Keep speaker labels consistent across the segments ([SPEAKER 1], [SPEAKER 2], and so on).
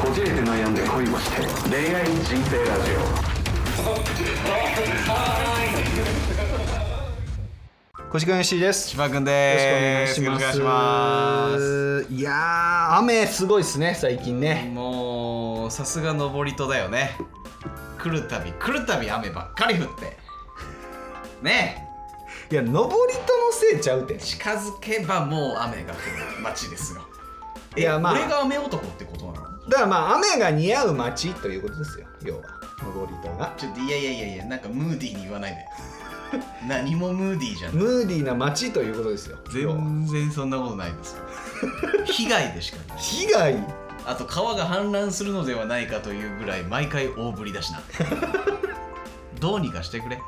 [SPEAKER 1] こじれて悩んで恋をして恋愛人生ラジ
[SPEAKER 2] 小石君石井です。
[SPEAKER 3] 千葉くんです。よろしくお願いします
[SPEAKER 2] いやー、雨すごいですね、最近ね。
[SPEAKER 3] もうさすが登り戸だよね。来るたび来るたび雨ばっかり降って。ね
[SPEAKER 2] いや、登りとのせいちゃうて
[SPEAKER 3] え。近づけばもう雨が降る街ですよ。
[SPEAKER 2] いや、まあ、
[SPEAKER 3] 俺
[SPEAKER 2] だか
[SPEAKER 3] が雨男ってことなの
[SPEAKER 2] らまあ、雨が似合う街ということですよ、要は。登りとが。
[SPEAKER 3] ちょっといやいやいやいや、なんかムーディーに言わないで。 何もムーディーじゃない。
[SPEAKER 2] ムーディーな街ということですよ。要は
[SPEAKER 3] 全然そんなことないですよ。 被害でしかない。
[SPEAKER 2] 被害
[SPEAKER 3] あと川が氾濫するのではないかというぐらい毎回大降りだしな どうにかしてくれ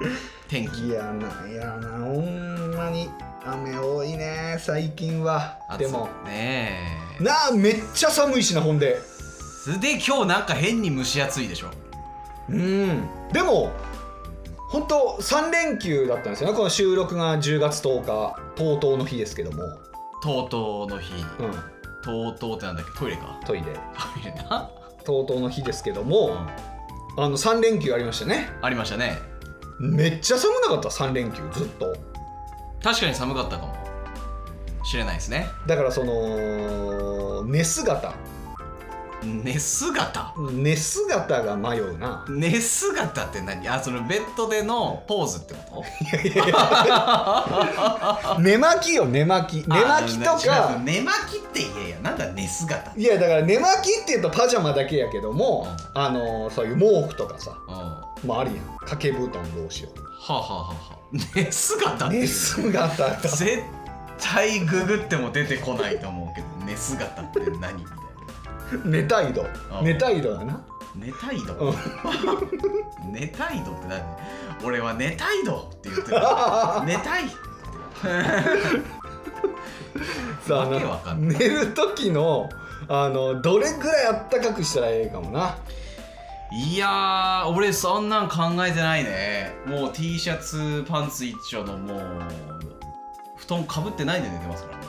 [SPEAKER 3] 天気
[SPEAKER 2] いやな、いやな、ほんまに雨多いね、最近は。
[SPEAKER 3] 暑い
[SPEAKER 2] でも、
[SPEAKER 3] ねえ
[SPEAKER 2] なあ、めっちゃ寒いしな、ほんで。
[SPEAKER 3] すで今日なんか変に蒸し暑いでしょ
[SPEAKER 2] うんでも本当3連休だったんですよねこの収録が10月10日とうとうの日ですけども、
[SPEAKER 3] とうとうの日に
[SPEAKER 2] うん、
[SPEAKER 3] とうとうってなんだっけトイレか
[SPEAKER 2] トイレ
[SPEAKER 3] トイレな、
[SPEAKER 2] とうとうの日ですけど
[SPEAKER 3] う
[SPEAKER 2] も
[SPEAKER 3] ん、
[SPEAKER 2] あの3連休ありましたね
[SPEAKER 3] ありましたね
[SPEAKER 2] めっちゃ寒なかった3連休ずっと
[SPEAKER 3] 確かに寒かったかもしれないですね
[SPEAKER 2] だからその寝姿
[SPEAKER 3] 寝姿
[SPEAKER 2] 寝姿が迷うな
[SPEAKER 3] 寝姿って何あそのベッドでのポーズってこと
[SPEAKER 2] 寝巻きよ寝巻き寝巻きと
[SPEAKER 3] あ違う
[SPEAKER 2] か
[SPEAKER 3] 寝巻きって言えやなんだ寝姿
[SPEAKER 2] いやだから寝巻きっていうとパジャマだけやけども
[SPEAKER 3] う
[SPEAKER 2] あのそういう毛布とかさ
[SPEAKER 3] うんは
[SPEAKER 2] まああるやん掛け布団どうしよう
[SPEAKER 3] あ、はあはあはあ、寝姿っていう
[SPEAKER 2] 寝姿が
[SPEAKER 3] 絶対ググっても出てこないと思うけど寝姿って何みたいな
[SPEAKER 2] 寝態度
[SPEAKER 3] あ
[SPEAKER 2] 寝態度だ な
[SPEAKER 3] 寝態
[SPEAKER 2] う
[SPEAKER 3] 度
[SPEAKER 2] ん
[SPEAKER 3] 寝態度って何俺は寝態度って言ってる寝たい
[SPEAKER 2] さあ
[SPEAKER 3] わけわか
[SPEAKER 2] の
[SPEAKER 3] んな
[SPEAKER 2] 寝る時のあのどれぐらいあったかくしたらええかもない
[SPEAKER 3] やー俺そんなん考えてないねもう T シャツパンツ一丁のもう布団かぶってないで寝てますからね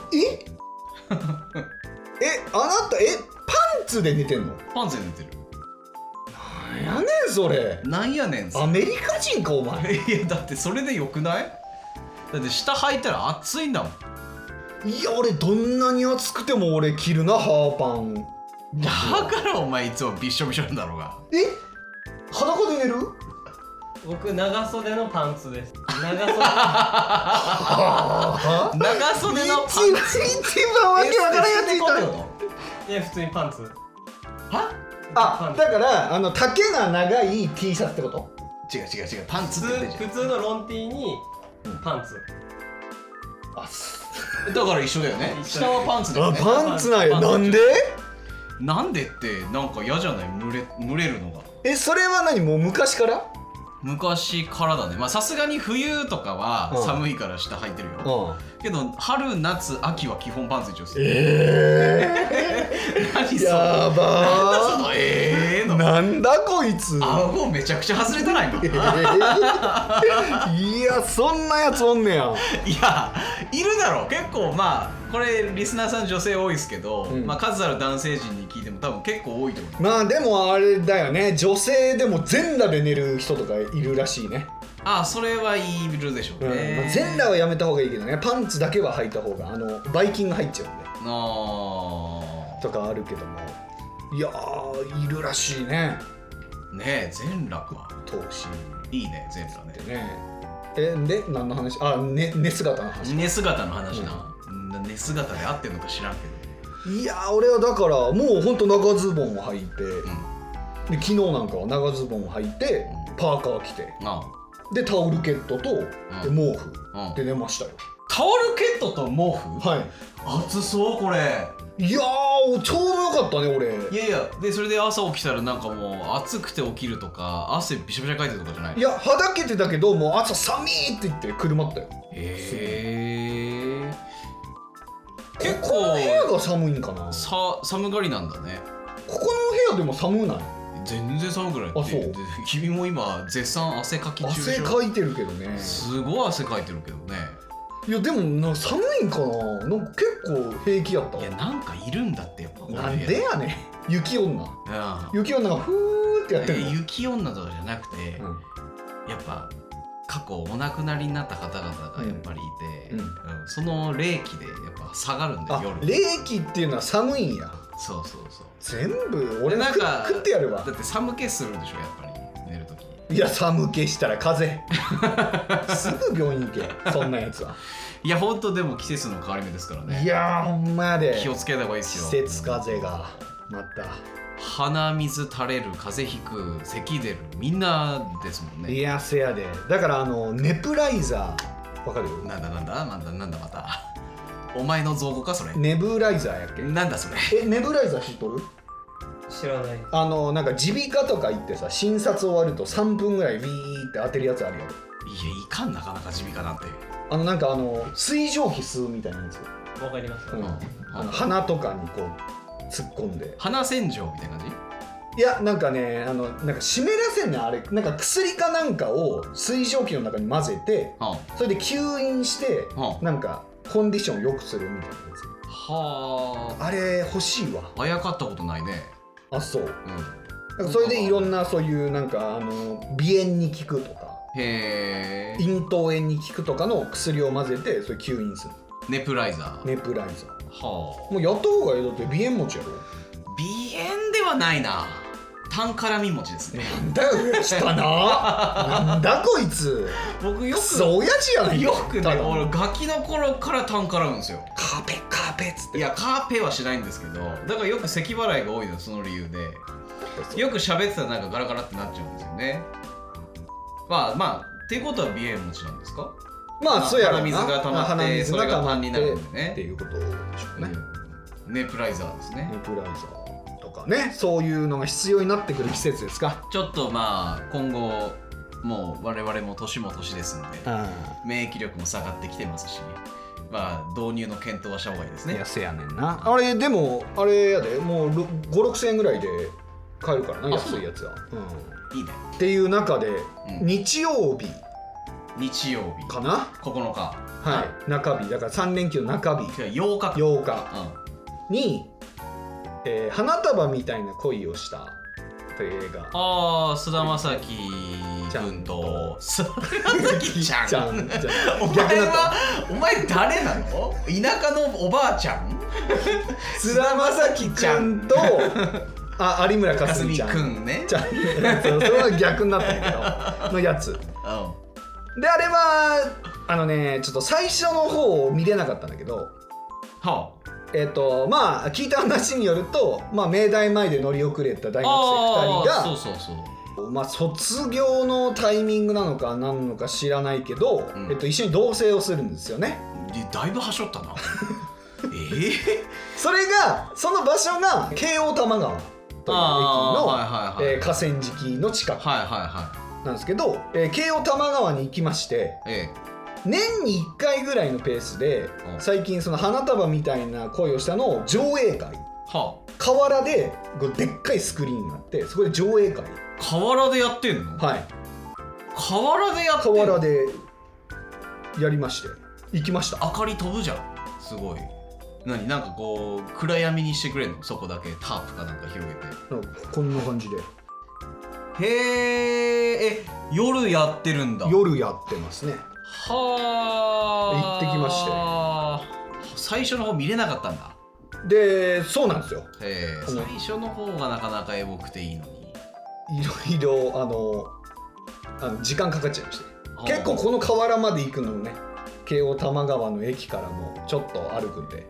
[SPEAKER 2] え えあなたえパンツで寝てんの
[SPEAKER 3] パンツで寝てる
[SPEAKER 2] なんやねんそれ
[SPEAKER 3] なんやねんそれ
[SPEAKER 2] アメリカ人かお前
[SPEAKER 3] いやだってそれでよくないだって下履いたら暑いんだもん
[SPEAKER 2] いや俺どんなに暑くても俺着るなハーパン
[SPEAKER 3] だからお前いつもびっしょびしょなんだろうが
[SPEAKER 2] え裸で寝る
[SPEAKER 4] 僕長袖のパンツです長袖
[SPEAKER 2] ああ
[SPEAKER 3] 長袖のパンツ
[SPEAKER 2] 一番一番わけわからんやついた
[SPEAKER 4] いや普通にパンツ
[SPEAKER 3] は
[SPEAKER 2] あだからあの丈が長い T シャツってこと
[SPEAKER 3] 違う違う違うパンツって
[SPEAKER 4] 普
[SPEAKER 3] 言って
[SPEAKER 4] 通
[SPEAKER 3] んじ
[SPEAKER 4] 普通のロンティーにパンツ
[SPEAKER 2] あ
[SPEAKER 3] ゃんだから一緒だよね
[SPEAKER 4] 一緒
[SPEAKER 3] 下はパンツだよね
[SPEAKER 2] パンツなんやなんで
[SPEAKER 3] なんでってなんか嫌じゃない蒸れ蒸れるのが
[SPEAKER 2] えそれは何もう昔から
[SPEAKER 3] 昔からだねまあさすがに冬とか
[SPEAKER 2] う
[SPEAKER 3] は
[SPEAKER 2] ん
[SPEAKER 3] 寒いから下履いてるよ、
[SPEAKER 2] うん
[SPEAKER 3] けど春夏秋は基本パンツ一応する
[SPEAKER 2] え
[SPEAKER 3] 何
[SPEAKER 2] ー、
[SPEAKER 3] その
[SPEAKER 2] やば
[SPEAKER 3] そのええ
[SPEAKER 2] ー
[SPEAKER 3] の
[SPEAKER 2] なんだこいつ
[SPEAKER 3] 顎めちゃくちゃ外れたな今
[SPEAKER 2] えーいやそんなやつおんねや
[SPEAKER 3] いやいるだろう結構まあこれリスナーさん女性多いですけど、
[SPEAKER 2] うん
[SPEAKER 3] まあ、数ある男性陣に聞いても多分結構多いと思う
[SPEAKER 2] まあでもあれだよね女性でも全裸で寝る人とかいるらしいね、
[SPEAKER 3] ああそれはいるでしょう
[SPEAKER 2] うん
[SPEAKER 3] ね、
[SPEAKER 2] まあ、全裸はやめた方がいいけどねパンツだけは履いた方があのバイキンが入っちゃうんで
[SPEAKER 3] あ
[SPEAKER 2] とかあるけどもいやーいるらしいね
[SPEAKER 3] ーねえ全裸か
[SPEAKER 2] 投資
[SPEAKER 3] いいね全裸ね
[SPEAKER 2] ってねえで何の話あね寝姿の話
[SPEAKER 3] 寝姿の話な、うん寝姿で合ってんのか知らんけ
[SPEAKER 2] いやー俺はだからもうほんと長ズボンを履いて、
[SPEAKER 3] ど、う
[SPEAKER 2] で
[SPEAKER 3] ん、
[SPEAKER 2] 昨日なんかは長ズボンを履いて
[SPEAKER 3] うん
[SPEAKER 2] パーカー着て
[SPEAKER 3] あ
[SPEAKER 2] でタオルケットと、
[SPEAKER 3] う
[SPEAKER 2] で毛布
[SPEAKER 3] あ、うん、
[SPEAKER 2] で寝ましたよ
[SPEAKER 3] タオルケットと毛布
[SPEAKER 2] はい
[SPEAKER 3] 熱そうこれ
[SPEAKER 2] いやーちょうどよかったね俺
[SPEAKER 3] いやいやでそれで朝起きたらなんかもう暑くて起きるとか汗びしゃびしゃかいてるとかじゃない
[SPEAKER 2] いやはだけてたけどもう朝寒いって言って車ったよ
[SPEAKER 3] へえ結
[SPEAKER 2] この部屋
[SPEAKER 3] 構
[SPEAKER 2] が寒いんかなこ
[SPEAKER 3] さ寒がりなんだね
[SPEAKER 2] この部屋でも寒ない
[SPEAKER 3] 全然寒くない
[SPEAKER 2] あそう
[SPEAKER 3] で君も今絶賛汗かき中でし
[SPEAKER 2] 汗
[SPEAKER 3] ょ
[SPEAKER 2] かいてるけどね
[SPEAKER 3] すごい汗かいてるけどね
[SPEAKER 2] いやでもな寒いんかななんか結構平気やった
[SPEAKER 3] いやなんかいるんだってやっぱ
[SPEAKER 2] なんでやねん雪女
[SPEAKER 3] あ
[SPEAKER 2] 雪女がふーってやってるの、
[SPEAKER 3] 雪女とかじゃなくて、
[SPEAKER 2] うん
[SPEAKER 3] やっぱ過去お亡くなりになった方々がやっぱりいて、
[SPEAKER 2] うん
[SPEAKER 3] うんその霊気でやっぱ下がるんで
[SPEAKER 2] あ
[SPEAKER 3] 夜
[SPEAKER 2] 冷気っていうのは寒いんや
[SPEAKER 3] そうそうそう
[SPEAKER 2] 全部俺な
[SPEAKER 3] なんん
[SPEAKER 2] か
[SPEAKER 3] か
[SPEAKER 2] 食ってやるわ
[SPEAKER 3] だって寒気するでしょやっぱり寝るとき
[SPEAKER 2] いや寒気したら 風邪すぐ病院行けそんなやつはい
[SPEAKER 3] やほんとでも季節の変わり目ですからね
[SPEAKER 2] いやーほんまやで
[SPEAKER 3] 気をつけた方がいいです
[SPEAKER 2] 季
[SPEAKER 3] よ
[SPEAKER 2] 節風邪がま
[SPEAKER 3] 鼻水垂れる風邪ひく咳出るみんなですもん
[SPEAKER 2] た
[SPEAKER 3] ね
[SPEAKER 2] いやせやでだからあのネプライザーわかる
[SPEAKER 3] なんだなんだなんだなんだまたお前の造語かそれ
[SPEAKER 2] ネブライザーやっ
[SPEAKER 3] なんだそれ
[SPEAKER 2] けえネブライザー知っとる
[SPEAKER 4] 知らない
[SPEAKER 2] あのなんか耳鼻科とか行ってさ診察終わると3分ぐらいウィーって当てるやつあるよ
[SPEAKER 3] いやいかんなかなか耳鼻科なんて、
[SPEAKER 2] あのなんかあの水蒸気吸うみたいなやつ、
[SPEAKER 4] わかります
[SPEAKER 2] うんあ
[SPEAKER 3] うん
[SPEAKER 2] の鼻とかにこう突っ込んで
[SPEAKER 3] 鼻洗浄みたいな感
[SPEAKER 2] い
[SPEAKER 3] じ
[SPEAKER 2] やなんかねあのなんか湿らせんねんあれなんか薬かなんかを水蒸気の中に混ぜて
[SPEAKER 3] は
[SPEAKER 2] それで吸引して
[SPEAKER 3] はあ
[SPEAKER 2] なんかコンディションを良くするみたいなや
[SPEAKER 3] あは
[SPEAKER 2] つあれ欲しいわ
[SPEAKER 3] ああやかったことないね
[SPEAKER 2] あそう
[SPEAKER 3] うん
[SPEAKER 2] なんかそれでいろんなそういうなんかあの鼻炎に効くとか
[SPEAKER 3] へえ
[SPEAKER 2] 咽頭炎に効くとかの薬を混ぜてそれ吸引する
[SPEAKER 3] ネプライザー、
[SPEAKER 2] ネプライザ
[SPEAKER 3] は
[SPEAKER 2] ーもうやった方がいいだって鼻炎持ちやろ
[SPEAKER 3] あ鼻炎ではないな炭絡み餅ですね
[SPEAKER 2] なんだよしたななんだこいつ
[SPEAKER 3] 僕よ
[SPEAKER 2] ク
[SPEAKER 3] く
[SPEAKER 2] ソ親父やねん
[SPEAKER 3] よくね
[SPEAKER 2] ただの
[SPEAKER 3] 俺ガキの頃から炭絡むんですよ
[SPEAKER 2] カーペカーペっつって
[SPEAKER 3] いやカーペはしないんですけどだからよく咳払いが多いのその理由でよく喋ってたらなんかガラガラってなっちゃうんですよねまあまあっていうことは鼻炎持ちなんですか
[SPEAKER 2] まあそうやろな
[SPEAKER 3] 鼻水が溜まって
[SPEAKER 2] 鼻水が溜まっ
[SPEAKER 3] それが痰
[SPEAKER 2] て
[SPEAKER 3] になるんでね
[SPEAKER 2] っていうことでしょうね
[SPEAKER 3] ネプライザーですね
[SPEAKER 2] ネプライザーとかねそういうのが必要になってくる季節ですか
[SPEAKER 3] ちょっとまあ今後もう我々も年も年ですんで
[SPEAKER 2] あ
[SPEAKER 3] 免疫力も下がってきてますしまあ導入の検討はした方がいいです
[SPEAKER 2] あい
[SPEAKER 3] ね
[SPEAKER 2] やせやねんなあれでもあれやでもう56000円ぐらいで買えるからな
[SPEAKER 3] あそ
[SPEAKER 2] 安
[SPEAKER 3] う
[SPEAKER 2] いやつは、うん
[SPEAKER 3] いいね
[SPEAKER 2] っていう中で、
[SPEAKER 3] うん
[SPEAKER 2] 日曜日
[SPEAKER 3] 日曜日
[SPEAKER 2] かな
[SPEAKER 3] 9日
[SPEAKER 2] はい中日だから3連休の中日
[SPEAKER 3] 今日8日
[SPEAKER 2] 8日
[SPEAKER 3] うん
[SPEAKER 2] に、えー花束みたいな恋をした」という映画
[SPEAKER 3] ああ、菅田将暉君と菅田将暉ちゃん。
[SPEAKER 2] じゃ んじゃん
[SPEAKER 3] お前はお前誰なの？田舎のおばあちゃん？
[SPEAKER 2] 菅田将暉ちゃんとあ有村架
[SPEAKER 3] かす
[SPEAKER 2] 純
[SPEAKER 3] み
[SPEAKER 2] ちゃん
[SPEAKER 3] くんね。
[SPEAKER 2] ちゃんそうそれは逆になったんやけどのやつ
[SPEAKER 3] うん。
[SPEAKER 2] であれはあのねちょっと最初の方を見れなかったんだけど
[SPEAKER 3] は
[SPEAKER 2] えっ、とまあ聞いた話によると、まあ、明大前で乗り遅れた
[SPEAKER 3] あ。
[SPEAKER 2] 大学生2人
[SPEAKER 3] ああ
[SPEAKER 2] が
[SPEAKER 3] そうそうそう。
[SPEAKER 2] まあ、卒業のタイミングなのか何なのか知らないけど、
[SPEAKER 3] うん
[SPEAKER 2] えっと、一緒に同棲をするんですよね
[SPEAKER 3] でだいぶはしょ ったな。ええ
[SPEAKER 2] それがその場所が京王多摩川という
[SPEAKER 3] あーはいはいはい。
[SPEAKER 2] 駅の、えー河川敷の近く
[SPEAKER 3] はいはいは
[SPEAKER 2] なんですけど、えー京王多摩川に行きまして
[SPEAKER 3] い。え
[SPEAKER 2] 年に1回ぐらいのペースで
[SPEAKER 3] うん
[SPEAKER 2] 最近その花束みたいな恋をしたのを上映会
[SPEAKER 3] えは
[SPEAKER 2] 河原でこうでっかいスクリーンがあってそこで上映会
[SPEAKER 3] あ。河原でやってんの？
[SPEAKER 2] はい
[SPEAKER 3] 河原でやってん
[SPEAKER 2] 河
[SPEAKER 3] の。
[SPEAKER 2] 原でやりまして行きました
[SPEAKER 3] 明かり飛ぶじゃんすごい何なんかこう暗闇にしてくれんのそこだけタープかなんか広げて
[SPEAKER 2] なんかこんな感じで
[SPEAKER 3] へーえ夜やってるんだ
[SPEAKER 2] 夜やってますね
[SPEAKER 3] はあ
[SPEAKER 2] 行ってきまして
[SPEAKER 3] 最初の方見れなかったんだ
[SPEAKER 2] でそうなんですよ
[SPEAKER 3] へえ
[SPEAKER 2] うん
[SPEAKER 3] 最初の方がなかなかエモくていいのに
[SPEAKER 2] いろいろあのあの時間かかっちゃいまして結構この河原まで行くのもね京王多摩川の駅からもちょっと歩くんで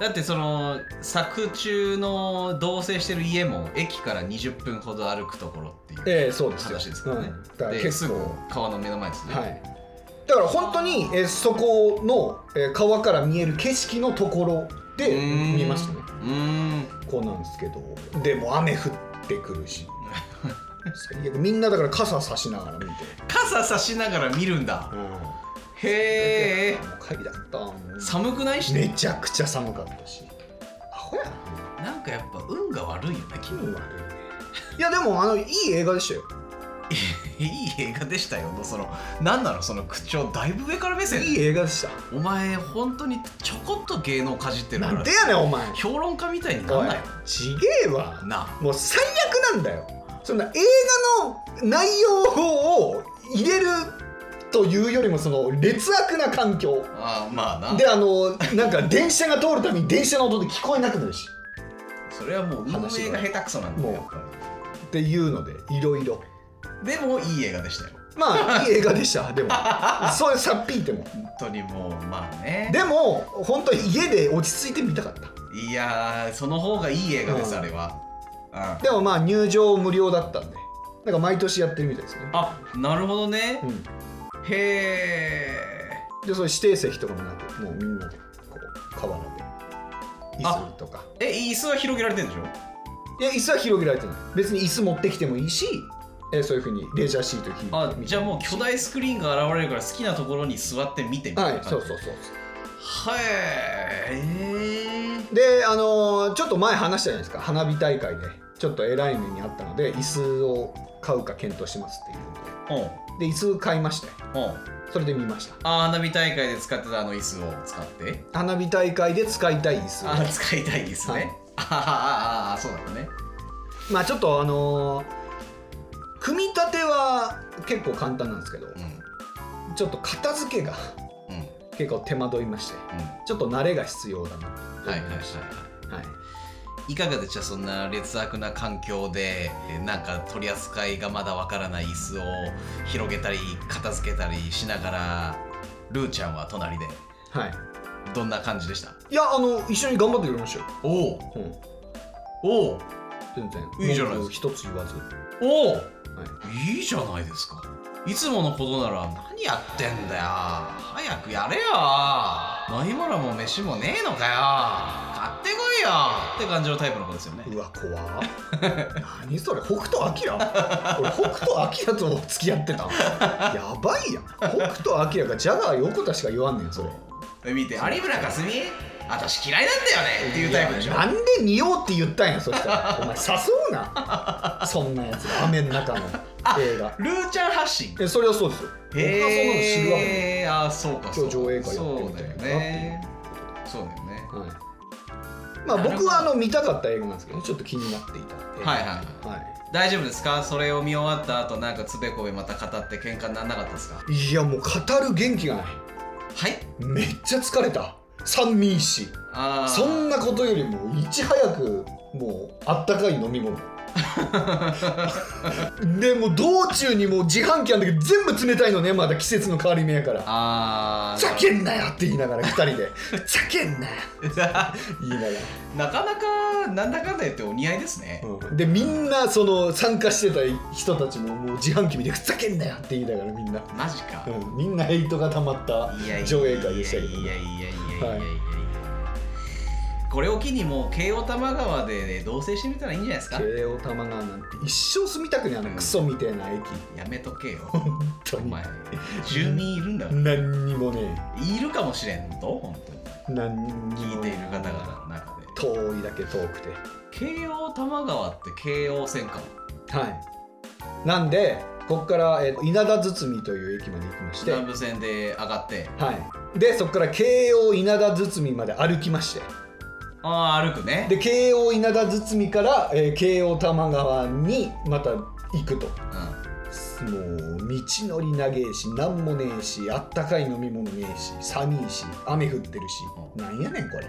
[SPEAKER 3] だってその作中の同棲してる家も駅から20分ほど歩くところっていう
[SPEAKER 2] ええそうですよ
[SPEAKER 3] 話ですから
[SPEAKER 2] う
[SPEAKER 3] ね
[SPEAKER 2] ん、だから
[SPEAKER 3] です
[SPEAKER 2] 結
[SPEAKER 3] ぐ
[SPEAKER 2] 構
[SPEAKER 3] 川の目の前ですね
[SPEAKER 2] はいだから本当にえーそこの、えー川から見える景色のところで
[SPEAKER 3] うーん
[SPEAKER 2] 見ましたね
[SPEAKER 3] うーん
[SPEAKER 2] こうなんですけどでも雨降ってくる し最悪みんなだから傘差しながら見て、
[SPEAKER 3] 傘差しながら見るんだ
[SPEAKER 2] うん
[SPEAKER 3] へえ
[SPEAKER 2] もう帰りだったもん
[SPEAKER 3] 寒くないし
[SPEAKER 2] めちゃくちゃ寒かったしアホやな
[SPEAKER 3] なんかやっぱ運が悪いよね
[SPEAKER 2] 気
[SPEAKER 3] 君
[SPEAKER 2] 分悪いねいやでもあのいい映画でしたよ
[SPEAKER 3] いい映画でしたよのその何なのその口調だいぶ上から目線
[SPEAKER 2] いい映画でし
[SPEAKER 3] お前本当にちょこっと芸能かじって
[SPEAKER 2] た
[SPEAKER 3] るか
[SPEAKER 2] なん
[SPEAKER 3] ら
[SPEAKER 2] でやねんお前
[SPEAKER 3] 評論家みたいになんなよ
[SPEAKER 2] ちげえわ
[SPEAKER 3] なあ
[SPEAKER 2] もう最悪なんだよそんな映画の内容を入れるというよりもその劣悪な環境
[SPEAKER 3] ああまあな
[SPEAKER 2] であのなんか電車が通るたびに電車の音で聞こえなくなるし
[SPEAKER 3] それはもう運営が下手くそなんだよやっ
[SPEAKER 2] も
[SPEAKER 3] ぱ
[SPEAKER 2] っていうのでいろいろ
[SPEAKER 3] りでもいい映画でしたよ
[SPEAKER 2] まあいい映画でした でもそういうさっぴいても
[SPEAKER 3] 本当にもうまあね
[SPEAKER 2] でも本当に家で落ち着いて見たかった
[SPEAKER 3] いやーその方がいい映画です、
[SPEAKER 2] うん
[SPEAKER 3] あれは、うん、
[SPEAKER 2] でもまあ入場無料だったんでなんか毎年やってるみたいですね
[SPEAKER 3] あなるほどね、
[SPEAKER 2] うん
[SPEAKER 3] へ
[SPEAKER 2] でそれ指定席とかもなくもうみんなでこう河原で椅子とか
[SPEAKER 3] ええ椅子は広げられてるんでしょ
[SPEAKER 2] いや椅子は広げられてない別に椅子持ってきてもいいしえーそういうふうにレジャーシート引いて
[SPEAKER 3] あ
[SPEAKER 2] み
[SPEAKER 3] じゃあもう巨大スクリーンが現れるから好きなところに座って見てみた
[SPEAKER 2] はいい
[SPEAKER 3] な
[SPEAKER 2] そ
[SPEAKER 3] 感
[SPEAKER 2] う
[SPEAKER 3] じ
[SPEAKER 2] そうそう
[SPEAKER 3] はいえ
[SPEAKER 2] であのーちょっと前話したじゃないですか花火大会でちょっと偉い目にあったので椅子を買うか検討しますっていうの
[SPEAKER 3] ー、うん
[SPEAKER 2] でで椅子買いまして
[SPEAKER 3] うん
[SPEAKER 2] それで見ました
[SPEAKER 3] あ花火大会で使ってたあの椅子を使って
[SPEAKER 2] 花火大会で使いたい椅子
[SPEAKER 3] あ使いたいです
[SPEAKER 2] はい
[SPEAKER 3] ねあああああそうだったね
[SPEAKER 2] まあちょっとあのー組み立ては結構簡単なんですけど
[SPEAKER 3] う
[SPEAKER 2] ちょっと片付けが
[SPEAKER 3] んうんうん
[SPEAKER 2] 結構手間取りましてちょっと慣れが必要だなと
[SPEAKER 3] は
[SPEAKER 2] 思
[SPEAKER 3] いはいいはい
[SPEAKER 2] ました、はい
[SPEAKER 3] いかがでしたそんな劣悪な環境でえなんか取り扱いがまだわからない椅子を広げたり片付けたりしながらルーちゃんは隣で
[SPEAKER 2] はい
[SPEAKER 3] どんな感じでした
[SPEAKER 2] いやあの一緒に頑張ってくれましたよ、
[SPEAKER 3] おお
[SPEAKER 2] うん、
[SPEAKER 3] おお
[SPEAKER 2] 全然
[SPEAKER 3] いいじゃないですか
[SPEAKER 2] 文句一つ言わず、は
[SPEAKER 3] おお
[SPEAKER 2] い、
[SPEAKER 3] いいじゃないですかいつものことなら何やってんだよ早くやれよ何もらも飯もねえのかよ買ってこいよって感じのタイプの子ですよね
[SPEAKER 2] うわ怖っ 何それ北斗晶俺北斗晶と付き合ってたやばいやん北斗晶がジャガー横田しか言わんねんそれ
[SPEAKER 3] え見て有村架純私嫌いなんだよねっていうタイプでしょ
[SPEAKER 2] なんで似ようって言ったんやそした らお前誘うなそんなやつが雨の中の映画
[SPEAKER 3] ルーちゃん発信
[SPEAKER 2] えそれはそうですよ僕がそんなの知るわけない
[SPEAKER 3] へーあーそうか
[SPEAKER 2] 今日上映会やって
[SPEAKER 3] そう
[SPEAKER 2] みた
[SPEAKER 3] だ
[SPEAKER 2] い
[SPEAKER 3] よ
[SPEAKER 2] なっていう
[SPEAKER 3] ねそうだよね
[SPEAKER 2] はい、まあ僕はあの見たかった映画なんですけどねちょっと気になっていたんで
[SPEAKER 3] は
[SPEAKER 2] い、
[SPEAKER 3] いはいはい
[SPEAKER 2] は
[SPEAKER 3] 大丈夫ですかそれを見終わった後なんかつべこべまた語って喧嘩にならなかったですか
[SPEAKER 2] い、いやもう語る元気がない
[SPEAKER 3] はい
[SPEAKER 2] めっちゃ疲れた三民し
[SPEAKER 3] あー
[SPEAKER 2] そんなことよりもいち早くもうあったかい飲み物 でもう道中にもう自販機あんだけど全部冷たいのねまだ季節の変わり目やから「
[SPEAKER 3] あ
[SPEAKER 2] ふ
[SPEAKER 3] ー
[SPEAKER 2] ざけんなよ!」って言いながら2人 で「ふざけんなよ!」言いなが
[SPEAKER 3] なかなかなんだかんだ言ってお似合いですね、
[SPEAKER 2] ら、でみんなその参加してた人たちももう自販機見て「ふざけんなよ!」って言いながらみんな、
[SPEAKER 3] マジか、
[SPEAKER 2] うんみんなヘイトが溜まった
[SPEAKER 3] いやいや
[SPEAKER 2] 上映会でしたけど
[SPEAKER 3] いやいやいやいやいやいやいや、
[SPEAKER 2] はい
[SPEAKER 3] これを機にもう慶応玉川で、ね、同棲してみたらいいんじゃないですか
[SPEAKER 2] 慶応玉川なんて一生住みたくねあのクソみたいな駅
[SPEAKER 3] やめとけよ
[SPEAKER 2] 本当
[SPEAKER 3] お
[SPEAKER 2] に
[SPEAKER 3] 前住民いるんだから
[SPEAKER 2] 何にもね
[SPEAKER 3] いるかもしれんと本当に
[SPEAKER 2] え何にも
[SPEAKER 3] 聞いている方々の中で
[SPEAKER 2] 遠いだけ遠くて
[SPEAKER 3] 慶応玉川って慶応線かも
[SPEAKER 2] はいなんでここから、えー稲田堤という駅まで行きまして
[SPEAKER 3] 南部線で上がって
[SPEAKER 2] はいでそこから京王稲田堤まで歩きまして
[SPEAKER 3] ああ歩くね
[SPEAKER 2] で京王稲田堤から、えー京王多摩川にまた行くとも
[SPEAKER 3] う
[SPEAKER 2] う道のり長えし何もねえしあったかい飲み物ねえし寒いし雨降ってるし
[SPEAKER 3] う
[SPEAKER 2] なんやねんこれ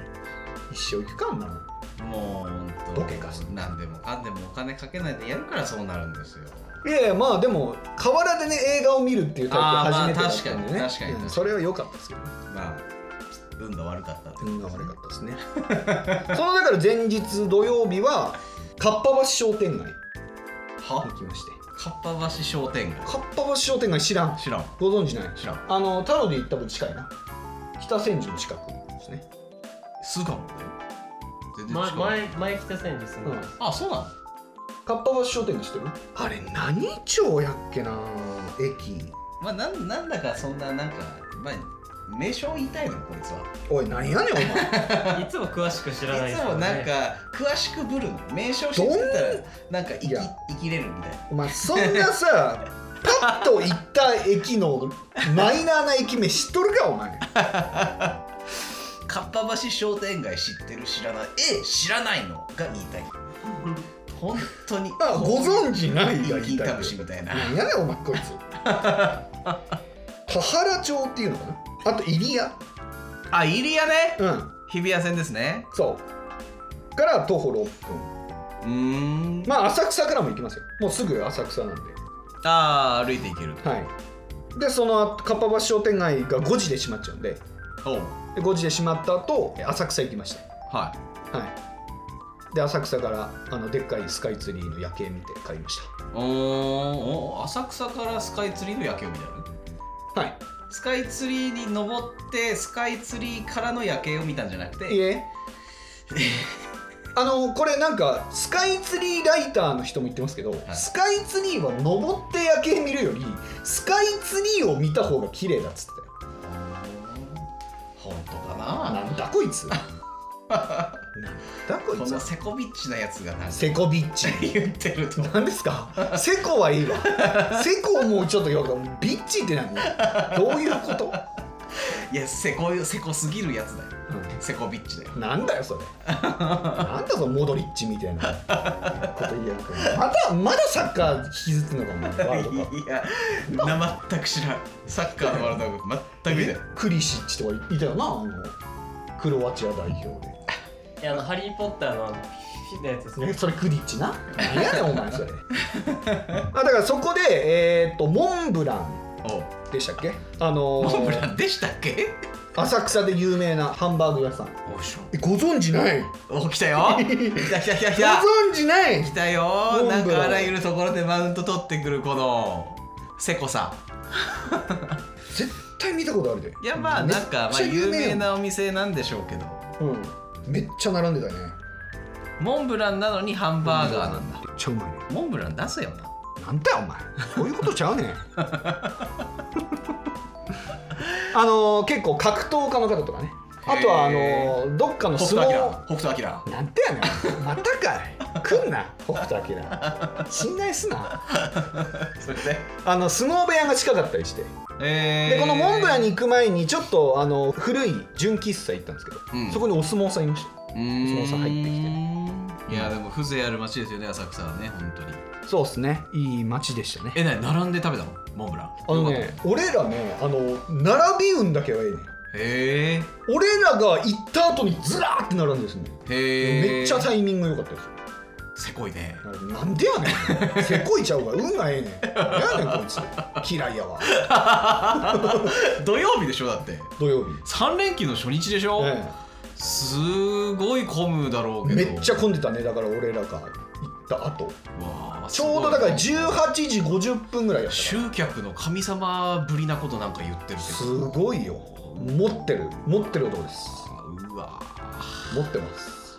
[SPEAKER 2] 一生行くかあんなもん
[SPEAKER 3] んもうほんと
[SPEAKER 2] ボケかす
[SPEAKER 3] 何でもかんでもお金かけないでやるからそうなるんですよ
[SPEAKER 2] いやいやまあでも河原でね映画を見るっていうタイプは初めてだったんでね、
[SPEAKER 3] あーまあ確かに確かに
[SPEAKER 2] うんそれは良かったですけどね
[SPEAKER 3] まあ運が悪かったってこと
[SPEAKER 2] 運が悪かったですねそのだから前日土曜日はかっぱ橋商店街
[SPEAKER 3] は
[SPEAKER 2] 行きまして
[SPEAKER 3] かっぱ橋商店街
[SPEAKER 2] かっぱ橋商店街知らん
[SPEAKER 3] 知らん
[SPEAKER 2] ご存知ない
[SPEAKER 3] 知らん
[SPEAKER 2] あのタロで行った分近いな北千住の近くですね
[SPEAKER 3] すかも全然違
[SPEAKER 4] 前
[SPEAKER 3] う、
[SPEAKER 4] 前前北千住住んでます、
[SPEAKER 3] あそうなの
[SPEAKER 2] かっぱ橋商店街知ってるあれ何町やっけな駅
[SPEAKER 3] まあなんなんだかそんななんかまあ名称言いたいのこいつは
[SPEAKER 2] おいなんやねんお前
[SPEAKER 4] いつも詳しく知らない
[SPEAKER 3] いつもなんか詳しくぶるの名称知ってたらなんか生き
[SPEAKER 2] いや
[SPEAKER 3] 生きれるみたいな
[SPEAKER 2] お前そんなさパッと行った駅のマイナーな駅名知っとるかお前
[SPEAKER 3] かっぱ橋商店街知ってる知らないえ知らないのが言い たい本当に
[SPEAKER 2] あご存知ないが言
[SPEAKER 3] 金
[SPEAKER 2] いたい
[SPEAKER 3] タムシみたいな
[SPEAKER 2] なんやねんお前こいつ田原町っていうのかなあと入谷
[SPEAKER 3] あ入谷ね
[SPEAKER 2] うん
[SPEAKER 3] 日比谷線ですね
[SPEAKER 2] そうから徒歩6分
[SPEAKER 3] うーん
[SPEAKER 2] まあ浅草からも行きますよもうすぐ浅草なんで
[SPEAKER 3] あー歩いていける
[SPEAKER 2] はいでその後かっぱ橋商店街が5時で閉まっちゃうんで
[SPEAKER 3] おう
[SPEAKER 2] で5時で閉まった後浅草行きまし
[SPEAKER 3] は
[SPEAKER 2] たはいで浅草からあのでっかいスカイツリーの夜景見て帰りまし
[SPEAKER 3] いおーお浅草からスカイツリーの夜景を見たの
[SPEAKER 2] たはい
[SPEAKER 3] スカイツリーに登ってスカイツリーからの夜景を見たんじゃなく
[SPEAKER 2] い
[SPEAKER 3] て
[SPEAKER 2] えあのこれなんかスカイツリーライターの人も言ってますけど、
[SPEAKER 3] い
[SPEAKER 2] スカイツリーは登って夜景見るよりスカイツリーを見た方が綺麗だっつって
[SPEAKER 3] 本当か
[SPEAKER 2] あ
[SPEAKER 3] な
[SPEAKER 2] なんだこい つなんだこい
[SPEAKER 3] こ
[SPEAKER 2] つ
[SPEAKER 3] のセコビッチなやつがなんか
[SPEAKER 2] セコビッチ
[SPEAKER 3] 言ってると
[SPEAKER 2] 何ですかセコはいいわセコもうちょっとよくビッチって何どういうこと、
[SPEAKER 3] いやセコセコすぎるやつだよセコビッチだよ
[SPEAKER 2] うんなんだよそれなんだそのモドリッチみたいなこと言いやがってまだまだサッカー引きずってんのかもワールドカップ
[SPEAKER 3] いやな全く知らんサッカーのワールドカップ全く見てない
[SPEAKER 2] クリシッチとかいたよなあのクロアチア代表で
[SPEAKER 4] いやあのハリー・ポッターのあのピピピのやつです
[SPEAKER 2] ね
[SPEAKER 4] ね
[SPEAKER 2] それクリッチな何やねんお前それあだからそこでえーっとモンブラン
[SPEAKER 3] おう
[SPEAKER 2] でしたっけあのー
[SPEAKER 3] モンブランでしたっけ
[SPEAKER 2] 浅草で有名なハンバーグ屋さん
[SPEAKER 3] おしょ
[SPEAKER 2] えご存知ない
[SPEAKER 3] お来たよ来た来た来た
[SPEAKER 2] ご
[SPEAKER 3] 来た
[SPEAKER 2] 存知ない
[SPEAKER 3] 来たよ
[SPEAKER 2] モンブラ
[SPEAKER 3] な
[SPEAKER 2] ン
[SPEAKER 3] んかあらゆるところでマウント取ってくるこのセコさ
[SPEAKER 2] 絶対見たことあるで
[SPEAKER 3] いやまあなんか
[SPEAKER 2] めっ
[SPEAKER 3] まあ
[SPEAKER 2] ちゃ
[SPEAKER 3] 有名
[SPEAKER 2] やん
[SPEAKER 3] なお店なんでしょうけど
[SPEAKER 2] うんめっちゃ並んでたね
[SPEAKER 3] モンブランなのにハンバーガーなんだ
[SPEAKER 2] めっちゃうまいね
[SPEAKER 3] モンブラン出せよな
[SPEAKER 2] なんだよお前そういうことちゃうね んあのー結構格闘家の方とかねあとはあのーどっかの相撲
[SPEAKER 3] 北斗晶
[SPEAKER 2] なんてやねんまたかい来んな北斗晶信頼すな
[SPEAKER 3] それで
[SPEAKER 2] あの相撲部屋が近かったりして
[SPEAKER 3] えー
[SPEAKER 2] でこのモンブランに行く前にちょっとあの古い純喫茶行ったんですけど、
[SPEAKER 3] うん
[SPEAKER 2] そこにお相撲さんいまし
[SPEAKER 3] うーん
[SPEAKER 2] そもそも入ってき
[SPEAKER 3] いやでも風情ある街ですよね浅草はね本当に
[SPEAKER 2] たそうですねいい街でしたね
[SPEAKER 3] えなに並んで食べたのモンブラ
[SPEAKER 2] あ
[SPEAKER 3] ン
[SPEAKER 2] の
[SPEAKER 3] よかっ
[SPEAKER 2] ね俺らねあの並び運だけはええねん
[SPEAKER 3] たへえ
[SPEAKER 2] 俺らが行った後にずらーって並んでですね
[SPEAKER 3] へえ
[SPEAKER 2] めっちゃタイミング良かったですよ
[SPEAKER 3] せこいね
[SPEAKER 2] なんでやねんせこいちゃうが運がええねんなんやねんこいつ嫌いやわ
[SPEAKER 3] 土曜日でしょだって
[SPEAKER 2] 土曜日、
[SPEAKER 3] 3連休の初日でしょ、
[SPEAKER 2] え
[SPEAKER 3] すごい混むだろう
[SPEAKER 2] え
[SPEAKER 3] け
[SPEAKER 2] め
[SPEAKER 3] ど
[SPEAKER 2] っちゃ混んでたねだから俺らが行った後
[SPEAKER 3] わあ
[SPEAKER 2] ちょうどだから
[SPEAKER 3] すごいな
[SPEAKER 2] 18時50分ぐらいやったか
[SPEAKER 3] 集客の神様ぶりなことなんか言って
[SPEAKER 2] ら
[SPEAKER 3] るけど
[SPEAKER 2] すごいよ持ってる持ってる男です
[SPEAKER 3] あうわ
[SPEAKER 2] 持ってます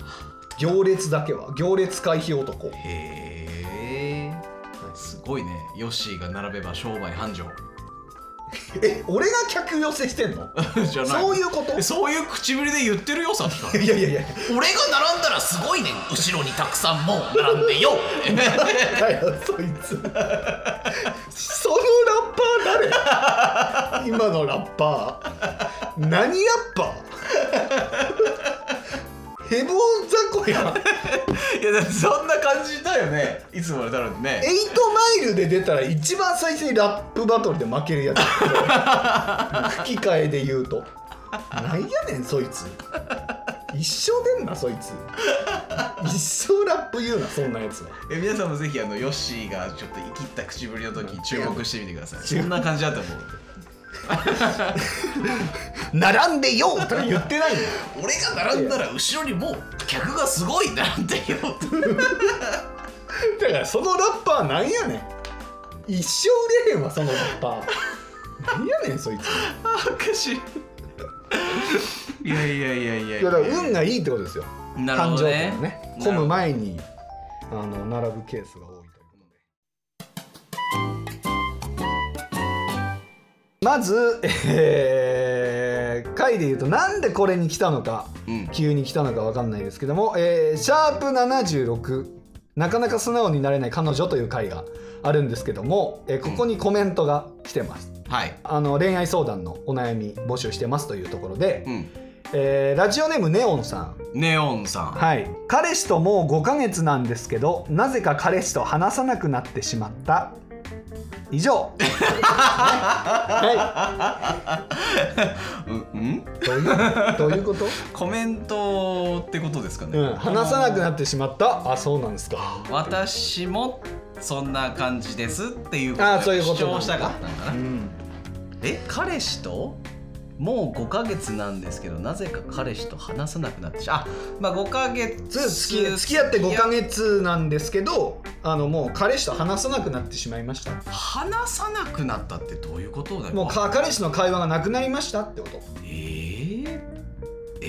[SPEAKER 2] 行列だけは行列回避男
[SPEAKER 3] へえすごいねヨッシーが並べば商売繁盛
[SPEAKER 2] え俺が客寄せしてんの
[SPEAKER 3] じゃない
[SPEAKER 2] そういうこと
[SPEAKER 3] えそういう唇で言ってるよさっきから
[SPEAKER 2] いやいやいや
[SPEAKER 3] 俺が並んだらすごいねん後ろにたくさんもう並んで よ
[SPEAKER 2] だよそいつそのラッパー誰今のラッパー何ラッパーヘボ雑魚やん
[SPEAKER 3] いやだってそんな感じだよねいつもだろうね
[SPEAKER 2] 8マイルで出たら一番最初にラップバトルで負けるやつ 吹き替えで言うとなんやねんそいつ一生出んなそいつ一生ラップ言うなそんなやつは
[SPEAKER 3] え皆さんもぜひあのヨッシーがちょっと生きった口ぶりの時注目してみてくださいそんな感じだと思う
[SPEAKER 2] 並んでよとか言ってないんだよ
[SPEAKER 3] 俺が並んだら後ろにもう客がすごい並ん でよ
[SPEAKER 2] だからそのラッパーなんやねん一生売れへんわそのラッパーなんやねんそいつい
[SPEAKER 3] おかしいいやいやいやいやい
[SPEAKER 2] やだから運がいいってことですよ
[SPEAKER 3] なるほ
[SPEAKER 2] 感情
[SPEAKER 3] ど
[SPEAKER 2] と
[SPEAKER 3] ね
[SPEAKER 2] ね混む前にあの並ぶケースが多いということでまずえーえー回で言うとなんでこれに来たのか
[SPEAKER 3] うん
[SPEAKER 2] 急に来たのかわかんないですけども、えーシャープ76なかなか素直になれない彼女という回があるんですけども、えーここにコメントが来てます。
[SPEAKER 3] はい
[SPEAKER 2] あの恋愛相談のお悩み募集してますというところで、
[SPEAKER 3] うん
[SPEAKER 2] えーラジオネームネオンさん
[SPEAKER 3] ネオンさん
[SPEAKER 2] はい彼氏ともう5ヶ月なんですけどなぜか彼氏と話さなくなってしまった以上ねは
[SPEAKER 3] うんうん
[SPEAKER 2] いどういうどういうこと、
[SPEAKER 3] コメントってことですかね、
[SPEAKER 2] うん、話さなくなってしまったあそうなんですか
[SPEAKER 3] 私もそんな感じですっていうこと
[SPEAKER 2] あー
[SPEAKER 3] を
[SPEAKER 2] そういうこ
[SPEAKER 3] 主
[SPEAKER 2] となん
[SPEAKER 3] 張
[SPEAKER 2] だ
[SPEAKER 3] したかったんかな
[SPEAKER 2] うん
[SPEAKER 3] え彼氏ともう5ヶ月なんですけどなぜか彼氏と話さなくなってしあまあ5ヶ月
[SPEAKER 2] そう付き付き合って5ヶ
[SPEAKER 3] 月
[SPEAKER 2] 月なんですけどあのもう彼氏と話さなくなってしまいました
[SPEAKER 3] 話さなくなったってどういうことだよ
[SPEAKER 2] もうか彼氏の会話がなくなりましたってこと
[SPEAKER 3] えー、え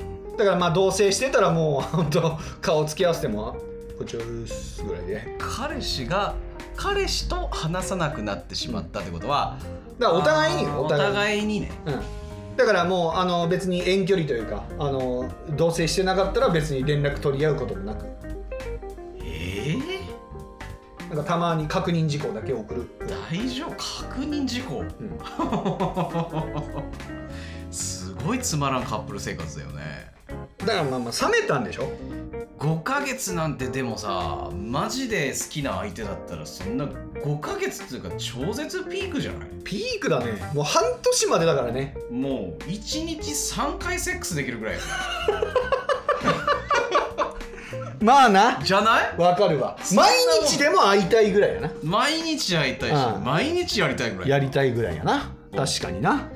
[SPEAKER 3] ー、
[SPEAKER 2] だからまあ同棲してたらもう本当顔つき合わせても「こっちおるっす」ぐらいで
[SPEAKER 3] 彼氏が彼氏と話さなくなってしまったってことは
[SPEAKER 2] だからお互いに
[SPEAKER 3] あー
[SPEAKER 2] お互いに
[SPEAKER 3] お互いにね
[SPEAKER 2] うん、だからもうあの別に遠距離というかあの同棲してなかったら別に連絡取り合うこともなく
[SPEAKER 3] えー、
[SPEAKER 2] なんかたまに確認事項だけ送る、
[SPEAKER 3] 大丈夫確認事項
[SPEAKER 2] うん、
[SPEAKER 3] すごいつまらんカップル生活だよね
[SPEAKER 2] だからまあまあ冷めたんでしょ
[SPEAKER 3] 5ヶ月なんてでもさマジで好きな相手だったらそんな5ヶ月っていうか超絶ピークじゃない
[SPEAKER 2] ピークだねもう半年までだからね
[SPEAKER 3] もう1日3回セックスできるぐらい
[SPEAKER 2] まあな
[SPEAKER 3] じゃない
[SPEAKER 2] わかるわ
[SPEAKER 3] そんなも
[SPEAKER 2] 毎
[SPEAKER 3] ん
[SPEAKER 2] 日でも会いたいぐらいやな
[SPEAKER 3] 毎日会いたいし
[SPEAKER 2] うん
[SPEAKER 3] 毎日やりたいぐらい
[SPEAKER 2] やりたいぐらいやな確かにな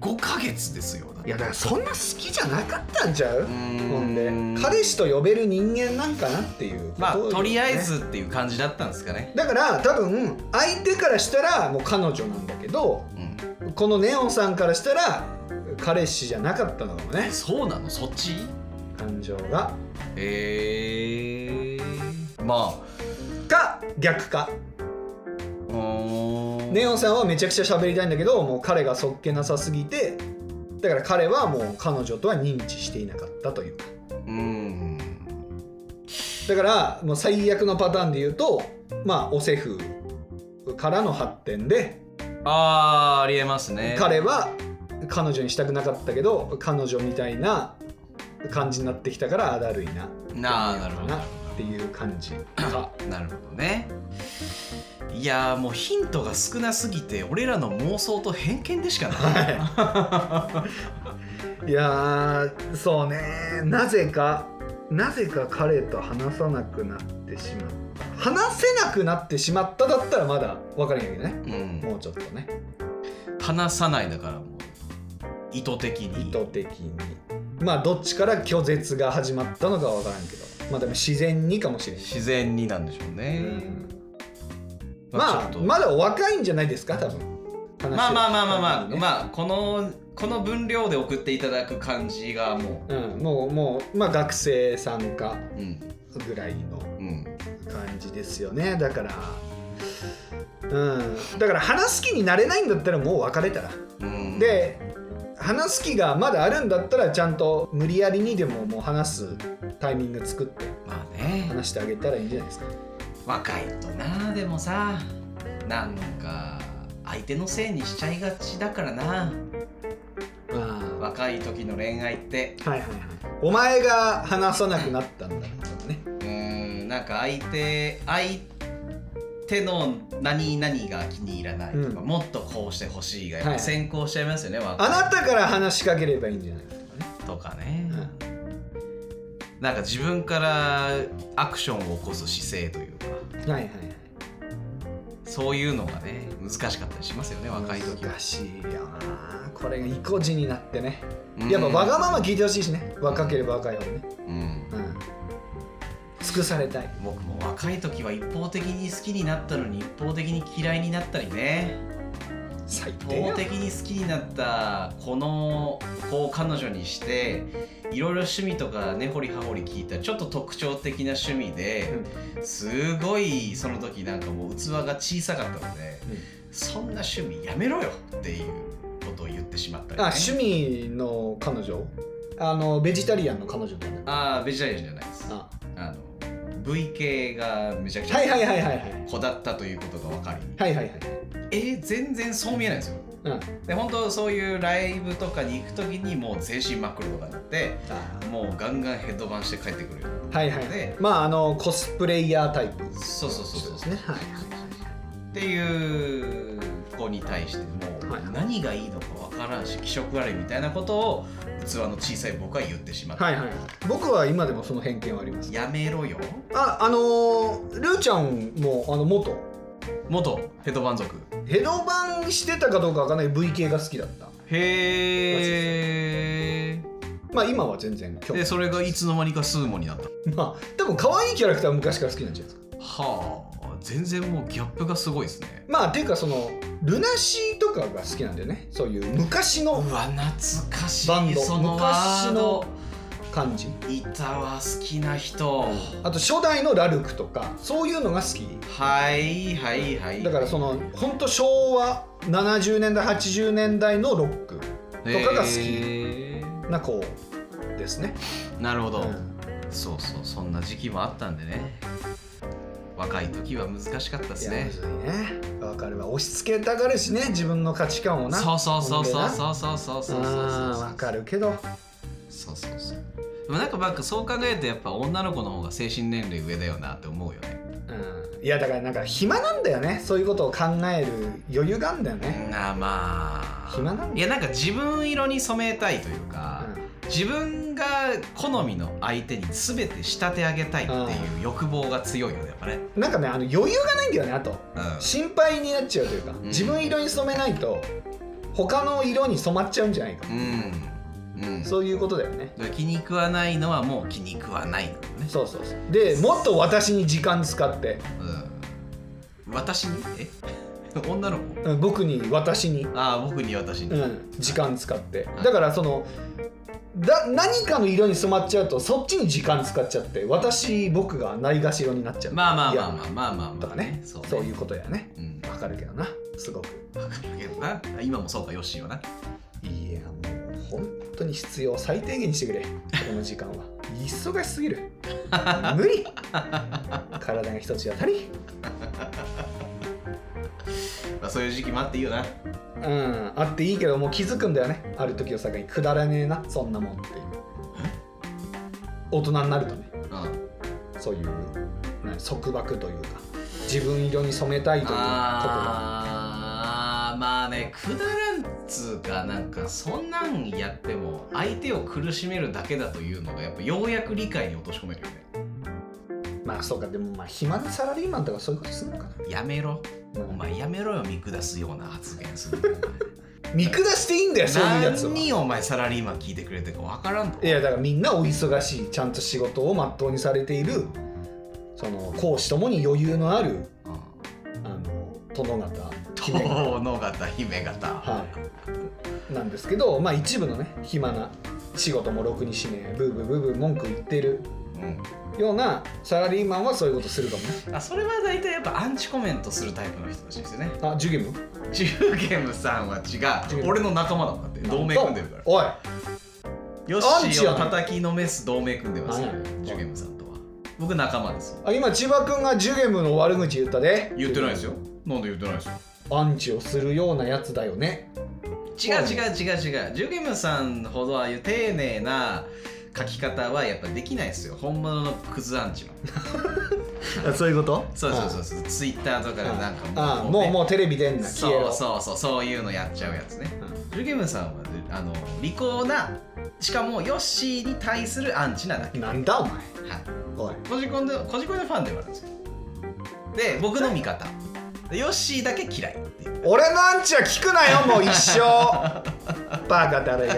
[SPEAKER 3] 5ヶ月ですよだって
[SPEAKER 2] いやだからそんな好きじゃなかったんちゃう
[SPEAKER 3] うーん
[SPEAKER 2] ほんで彼氏と呼べる人間なんかなっていうこと
[SPEAKER 3] まあ
[SPEAKER 2] よね
[SPEAKER 3] とりあえずっていう感じだったんですかね
[SPEAKER 2] だから多分相手からしたらもう彼女なんだけど
[SPEAKER 3] うん
[SPEAKER 2] このネオンさんからしたら彼氏じゃなかったのかもね
[SPEAKER 3] そうなのそっち
[SPEAKER 2] 感情が
[SPEAKER 3] えー、まあ
[SPEAKER 2] か逆か
[SPEAKER 3] うーん
[SPEAKER 2] ネオンさんはめちゃくちゃ喋りたいんだけどもう彼がそっけなさすぎてだから彼はもう彼女とは認知していなかったというか
[SPEAKER 3] うん
[SPEAKER 2] だからもう最悪のパターンで言うとまあおセフからの発展で
[SPEAKER 3] あーありえますね
[SPEAKER 2] 彼は彼女にしたくなかったけど彼女みたいな感じになってきたからあだるいな
[SPEAKER 3] なあなるほど
[SPEAKER 2] なっていう感じか
[SPEAKER 3] なるほどねいやーもうヒントが少なすぎて俺らの妄想と偏見でしかない、
[SPEAKER 2] いやーそうねなぜかなぜか彼と話さなくなってしまった話せなくなってしまっただったらまだ分かるんやけどね
[SPEAKER 3] うん、
[SPEAKER 2] もうちょっとね
[SPEAKER 3] 話さないだからもう意図的に
[SPEAKER 2] 意図的にまあどっちから拒絶が始まったのかは分からんけどまあでも自然にかもしれない
[SPEAKER 3] 自然になんでしょうね、
[SPEAKER 2] まあ
[SPEAKER 3] ちょっと
[SPEAKER 2] まだお若いんじゃないですか多分
[SPEAKER 3] まあまあまあまあまあ、
[SPEAKER 2] ね
[SPEAKER 3] まあこのこの分量で送っていただく感じがも
[SPEAKER 2] うん、もうもうまあ学生さんか
[SPEAKER 3] ううん
[SPEAKER 2] ぐらいの
[SPEAKER 3] うん
[SPEAKER 2] 感じですよねだからうんだから話す気になれないんだったらもう別れたら、
[SPEAKER 3] うん
[SPEAKER 2] で話す気がまだあるんだったらちゃんと無理やりにでももう話すタイミング作って
[SPEAKER 3] まあね
[SPEAKER 2] 話してあげたらいいんじゃないですか
[SPEAKER 3] 若いとなでもさなんか相手のせいにしちゃいがちだからな
[SPEAKER 2] ああ
[SPEAKER 3] 若い時の恋愛って
[SPEAKER 2] はいはいはいお前が話さなくなったんだからね
[SPEAKER 3] うーんなんか相手相手の何々が気に入らないとか、
[SPEAKER 2] うん
[SPEAKER 3] もっとこうしてほしいがやっ
[SPEAKER 2] は
[SPEAKER 3] ぱ
[SPEAKER 2] い
[SPEAKER 3] 先行しちゃいますよね、若
[SPEAKER 2] あ
[SPEAKER 3] い
[SPEAKER 2] なたから話しかければいいんじゃないかとかね
[SPEAKER 3] とかね、なんか自分からアクションを起こす姿勢というか
[SPEAKER 2] はいはい
[SPEAKER 3] そういうのがね難しかったりしますよね
[SPEAKER 2] はい
[SPEAKER 3] 若い時は
[SPEAKER 2] 難しいよなこれが意固地になってね
[SPEAKER 3] うん
[SPEAKER 2] やっぱわがまま聞いてほしいしね若ければ若いほどね
[SPEAKER 3] うん
[SPEAKER 2] うん尽くされたい
[SPEAKER 3] 僕も若い時は一方的に好きになったのに一方的に嫌いになったりね
[SPEAKER 2] 最
[SPEAKER 3] 一
[SPEAKER 2] 低や
[SPEAKER 3] 方的に好きになったこの子を彼女にしていろいろ趣味とか根掘り葉掘り聞いたちょっと特徴的な趣味ですごいその時なんかもう器が小さかったので、
[SPEAKER 2] うん
[SPEAKER 3] そんな趣味やめろよっていうこことを言ってしまったり、ね、
[SPEAKER 2] あ趣味の彼女あのベジタリアンの彼女だね
[SPEAKER 3] あーベジタリアンじゃないです
[SPEAKER 2] あ
[SPEAKER 3] あの V 系がめちゃくちゃ
[SPEAKER 2] はいはいはいはいはい
[SPEAKER 3] 子だったということが分かり
[SPEAKER 2] はいはいはい
[SPEAKER 3] えー、全然そう見えないんですよ
[SPEAKER 2] うんあ
[SPEAKER 3] で本当そういうライブとかに行く時にもう全身真っ黒とかになってもうガンガンヘッドバンして帰ってくるような
[SPEAKER 2] はいはい
[SPEAKER 3] で
[SPEAKER 2] まああのコスプレイヤータイプ
[SPEAKER 3] そうそうそうそう
[SPEAKER 2] ですねはい
[SPEAKER 3] っていう子に対してもう
[SPEAKER 2] はい
[SPEAKER 3] 何がいいのか分からんし気色悪いみたいなことを器の小さい僕は言ってしまった、
[SPEAKER 2] はいはい僕は今でもその偏見はあります
[SPEAKER 3] やめろよ
[SPEAKER 2] ああのールーちゃんもあの元
[SPEAKER 3] 元ヘッドバン族
[SPEAKER 2] ヘドバンしてたかどうかわかんない V 系が好きだった
[SPEAKER 3] へえ
[SPEAKER 2] まあ今は全然興味
[SPEAKER 3] でそれがいつの間にかスーモになった
[SPEAKER 2] まあ多分可愛いキャラクターは昔から好きなんじゃないですか
[SPEAKER 3] はあ全然もうギャップがすごいですね
[SPEAKER 2] まあっていうかそのルナシーとかが好きなんだよねそういう昔の
[SPEAKER 3] うわ懐かし
[SPEAKER 2] バン
[SPEAKER 3] い
[SPEAKER 2] ド
[SPEAKER 3] そのワード
[SPEAKER 2] 感じ
[SPEAKER 3] いたわ好きな人
[SPEAKER 2] あと初代のラルクとかそういうのが好き
[SPEAKER 3] はいはいはい
[SPEAKER 2] だからそのほんと昭和70年代80年代のロックとかが好き
[SPEAKER 3] へえ
[SPEAKER 2] な子ですね、
[SPEAKER 3] なるほ
[SPEAKER 2] う
[SPEAKER 3] ど、
[SPEAKER 2] ん、
[SPEAKER 3] そうそうそんな時期もあったんでね若い時は難しかったで
[SPEAKER 2] い
[SPEAKER 3] す
[SPEAKER 2] や
[SPEAKER 3] ね
[SPEAKER 2] むずいねわかるわ押し付けたがるしね自分の価値観をな
[SPEAKER 3] そうそうそうそう
[SPEAKER 2] う
[SPEAKER 3] そうそうそうそうそう
[SPEAKER 2] あー
[SPEAKER 3] そう
[SPEAKER 2] わかるけど
[SPEAKER 3] そうそうそうでもなんかなんかそう考えるとやっぱ女の子の方が精神年齢上だよなって思うよね
[SPEAKER 2] うんいやだからなんか暇なんだよねそういうことを考える余裕があんだよね
[SPEAKER 3] なあまあ
[SPEAKER 2] 暇なん
[SPEAKER 3] い
[SPEAKER 2] だよ、
[SPEAKER 3] やなんか自分色に染めたいというか、
[SPEAKER 2] う
[SPEAKER 3] 自分が好みの相手に全て仕立て上げたいっていう欲望が強いよねやっぱね、
[SPEAKER 2] ん、なんかねあの余裕がないんだよねあと
[SPEAKER 3] うん、
[SPEAKER 2] 心配になっちゃうというか
[SPEAKER 3] ん
[SPEAKER 2] 自分色に染めないと他の色に染まっちゃうんじゃないか
[SPEAKER 3] うんうん
[SPEAKER 2] そういうことだよね
[SPEAKER 3] だから気に食わないのはもう気に食わないのね、
[SPEAKER 2] そうそうそうでもっと私に時間使って
[SPEAKER 3] うん、私にえ女の子
[SPEAKER 2] うん僕に私に
[SPEAKER 3] ああ僕に私に、
[SPEAKER 2] うん、時間使って
[SPEAKER 3] はい
[SPEAKER 2] だからそのだ何かの色に染まっちゃうとそっちに時間使っちゃって私僕がないがしろになっちゃう
[SPEAKER 3] まあまあまあ
[SPEAKER 2] い
[SPEAKER 3] まあまあまあ
[SPEAKER 2] や
[SPEAKER 3] ま
[SPEAKER 2] と
[SPEAKER 3] あ
[SPEAKER 2] かね
[SPEAKER 3] そ
[SPEAKER 2] そうう
[SPEAKER 3] ね
[SPEAKER 2] いうことやね
[SPEAKER 3] うん
[SPEAKER 2] わかるけどなすごく
[SPEAKER 3] けどな今もそうかヨッシーはない
[SPEAKER 2] やもう本当に必要最低限にしてくれこの時間 は忙しすぎる無理 体が一つ当たり
[SPEAKER 3] まあ、そういう時期もあっていいよな
[SPEAKER 2] うんあっていいけどもう気づくんだよねある時を境にくだらねえなそんなもんっていう大人になるとね
[SPEAKER 3] うん
[SPEAKER 2] そういう何束縛というか自分色に染めたいということが
[SPEAKER 3] あーまあねくだらんつうかなんかそんなんやっても相手を苦しめるだけだというのがやっぱようやく理解に落とし込めるよね
[SPEAKER 2] まあそうかでもまあ暇なサラリーマンとかそういうことするのかな
[SPEAKER 3] やめろ
[SPEAKER 2] うん
[SPEAKER 3] お前やめろよ見下すような発言す る
[SPEAKER 2] 見下していいんだよそういうやつは
[SPEAKER 3] 何人お前サラリーマン聞いてくれてるか分からんと
[SPEAKER 2] いやだからみんなお忙しいちゃんと仕事を全うにされているその講師ともに余裕のある あの殿方姫方
[SPEAKER 3] 遠野方姫方、
[SPEAKER 2] はいなんですけどまあ一部のね暇な仕事もろくにしねえブーブーブーブー文句言ってるようなサラリーマンはそういうことするかもね
[SPEAKER 3] うん、あそれは大体やっぱアンチコメントするタイプの人たちですよね
[SPEAKER 2] あジュゲム
[SPEAKER 3] ジューゲムさんは違
[SPEAKER 2] ゲ
[SPEAKER 3] う
[SPEAKER 2] ム
[SPEAKER 3] 俺の仲間だもんだって同盟組んでるから
[SPEAKER 2] おい
[SPEAKER 3] ヨッ
[SPEAKER 2] アン
[SPEAKER 3] シ
[SPEAKER 2] チ
[SPEAKER 3] ー
[SPEAKER 2] や
[SPEAKER 3] を
[SPEAKER 2] ん
[SPEAKER 3] 叩きのめす同盟組んでますから
[SPEAKER 2] はい
[SPEAKER 3] ジューゲムさんとは僕仲間ですよ
[SPEAKER 2] あ今千葉君がジュゲムの悪口言ったで
[SPEAKER 3] 言ってないですよなんで言ってないですよ
[SPEAKER 2] アンチをするようなやつだよね
[SPEAKER 3] 違う違う違う違うジュゲムさんほどああいう丁寧な書き方はやっぱできないですよ本物のクズアンチは
[SPEAKER 2] そういうこと
[SPEAKER 3] そうそうそうそうツイッターとかでなん
[SPEAKER 2] ああ
[SPEAKER 3] か
[SPEAKER 2] もう
[SPEAKER 3] ね
[SPEAKER 2] もうテレビ出んな消え
[SPEAKER 3] そ
[SPEAKER 2] ろ
[SPEAKER 3] うそうそうそういうのやっちゃうやつねジュゲムさんはあの利口なしかもヨッシーに対するアンチなだけ
[SPEAKER 2] なんだお前
[SPEAKER 3] はい
[SPEAKER 2] おい
[SPEAKER 3] コジコンでコジコンでファンでもあるんですよで僕の味方でヨッシーだけ嫌いっていう
[SPEAKER 2] 俺のアンチは聞くなよもう一 生バカだれが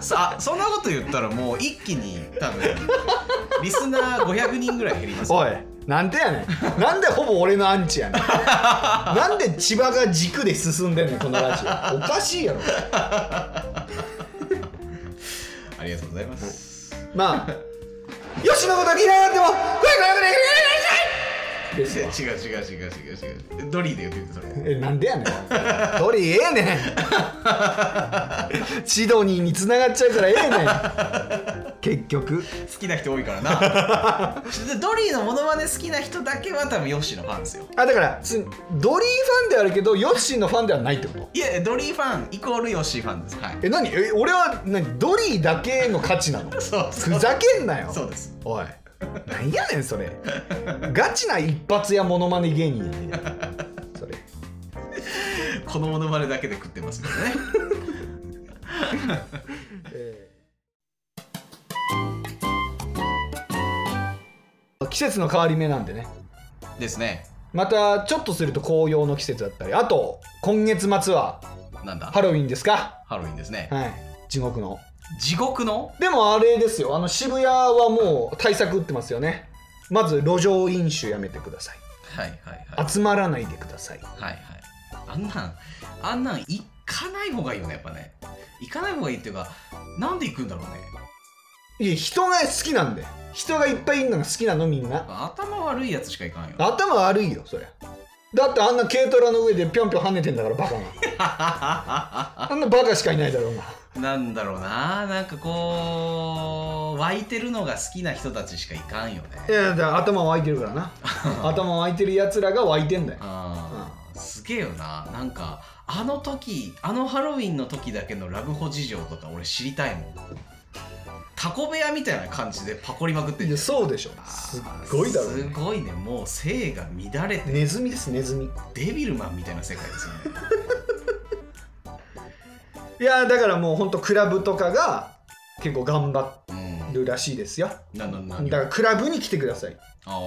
[SPEAKER 3] さあそんなこと言ったらもう一気に多分リスナー500人ぐらい減りますよ
[SPEAKER 2] おいなんでやねんなんでほぼ俺のアンチ やねんなんで千葉が軸で進んでんねんこのラジオおかしいやろ
[SPEAKER 3] ありがとうございます
[SPEAKER 2] まあ吉野こと嫌いになっても声がよくできないですわ
[SPEAKER 3] 違う違う違う違う違うドリーで言ってそれ
[SPEAKER 2] えなんでやねんドリーええね んシドニーに繋がっちゃうからええねん結局
[SPEAKER 3] 好きな人多いからなでドリーのモノマネ好きな人だけは多分ヨッシーのファンですよ
[SPEAKER 2] あだからつドリーファンではあるけどヨッシーのファンではないってこと
[SPEAKER 3] いやドリーファンイコールヨッシーファンですはい
[SPEAKER 2] え何え俺は何ドリーだけの価値なの
[SPEAKER 3] そうそう
[SPEAKER 2] ふざけんなよ
[SPEAKER 3] そうです
[SPEAKER 2] おいなんやねんそれガチな一発やモノマネ芸人やねそれ
[SPEAKER 3] このモノマネだけで食ってますからね
[SPEAKER 2] えー季節の変わり目なんでね
[SPEAKER 3] ですね
[SPEAKER 2] またちょっとすると紅葉の季節だったりあと今月末は
[SPEAKER 3] なんだ
[SPEAKER 2] ハロウィンですか
[SPEAKER 3] ハロウィンですね
[SPEAKER 2] はい地獄の
[SPEAKER 3] 地獄の
[SPEAKER 2] でもあれですよあの渋谷はもう対策打ってますよねまず路上飲酒やめてください
[SPEAKER 3] はいはいはい
[SPEAKER 2] 集まらないでください
[SPEAKER 3] はいはいあんなんあんなん行かない方がいいよねやっぱね行かない方がいいっていうかなんで行くんだろうね
[SPEAKER 2] いや人が好きなんで人がいっぱいいるのが好きなのみんな
[SPEAKER 3] 頭悪いやつしか行かんよ
[SPEAKER 2] 頭悪いよそりゃだってあんな軽トラの上でぴょんぴょん跳ねてんだからバカが あんなバカしかいないだろうな
[SPEAKER 3] なんだろうななんかこう湧いてるのが好きな人たちしかいかんよね
[SPEAKER 2] いやだから頭湧いてるからな 頭湧いてるやつらが湧いてんだよ
[SPEAKER 3] あーすげえよななんかあの時あのハロウィンの時だけのラブホ事情とか俺知りたいもんタコ部屋みたいな感じでパコりまくって
[SPEAKER 2] い
[SPEAKER 3] んじゃ
[SPEAKER 2] や
[SPEAKER 3] ん
[SPEAKER 2] そうでしょすっごいだろう、
[SPEAKER 3] す
[SPEAKER 2] ね、
[SPEAKER 3] ごいねもう性が乱れて
[SPEAKER 2] ネズミですネズミ
[SPEAKER 3] デビルマンみたいな世界ですよね
[SPEAKER 2] いやだからもうほんとクラブとかが結構頑張
[SPEAKER 3] うん
[SPEAKER 2] るらしいですよ
[SPEAKER 3] ななな
[SPEAKER 2] だからクラブに来てください
[SPEAKER 3] あ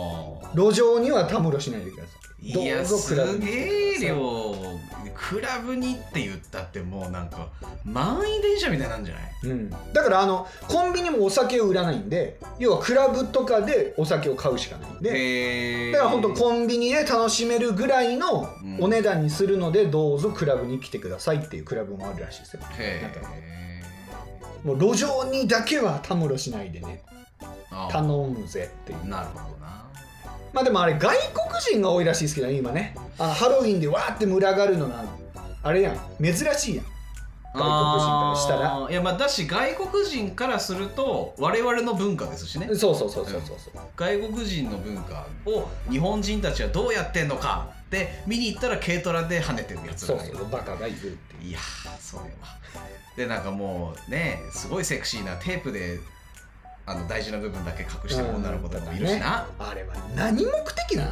[SPEAKER 3] あ
[SPEAKER 2] 路上にはたむろしないでください
[SPEAKER 3] いや
[SPEAKER 2] どうぞ
[SPEAKER 3] す
[SPEAKER 2] クラブに
[SPEAKER 3] げえ量クラブにって言ったってもうなんか満員電車みたいなんじゃない
[SPEAKER 2] うん、だからあのコンビニもお酒を売らないんで要はクラブとかでお酒を買うしかないんで
[SPEAKER 3] へえ
[SPEAKER 2] だから本当コンビニで楽しめるぐらいのお値段にするのでどうぞクラブに来てくださいっていうクラブもあるらしいですよなん
[SPEAKER 3] へ
[SPEAKER 2] か
[SPEAKER 3] え
[SPEAKER 2] もう路上にだけはたむろしないでね
[SPEAKER 3] あ
[SPEAKER 2] 頼むぜっていう
[SPEAKER 3] なるほどな
[SPEAKER 2] まあでもあれ外国人が多いらしいですけどね今ねあのハロウィンでわーって群がるのなんあれやん珍しいやん外国人からしたら
[SPEAKER 3] あーいやまあだし外国人からすると我々の文化ですしね
[SPEAKER 2] そうそうそうそうそうそう
[SPEAKER 3] 外国人の文化を日本人たちはどうやってんのかで見に行ったら軽トラで跳ねてるやつ
[SPEAKER 2] そ
[SPEAKER 3] ら
[SPEAKER 2] う
[SPEAKER 3] がいる
[SPEAKER 2] そうバカがいるっていう
[SPEAKER 3] いやーそれはでなんかもうねすごいセクシーなテープであの大事な部分だけ隠してる女の子とかもいるしな、
[SPEAKER 2] あれは何目的 なの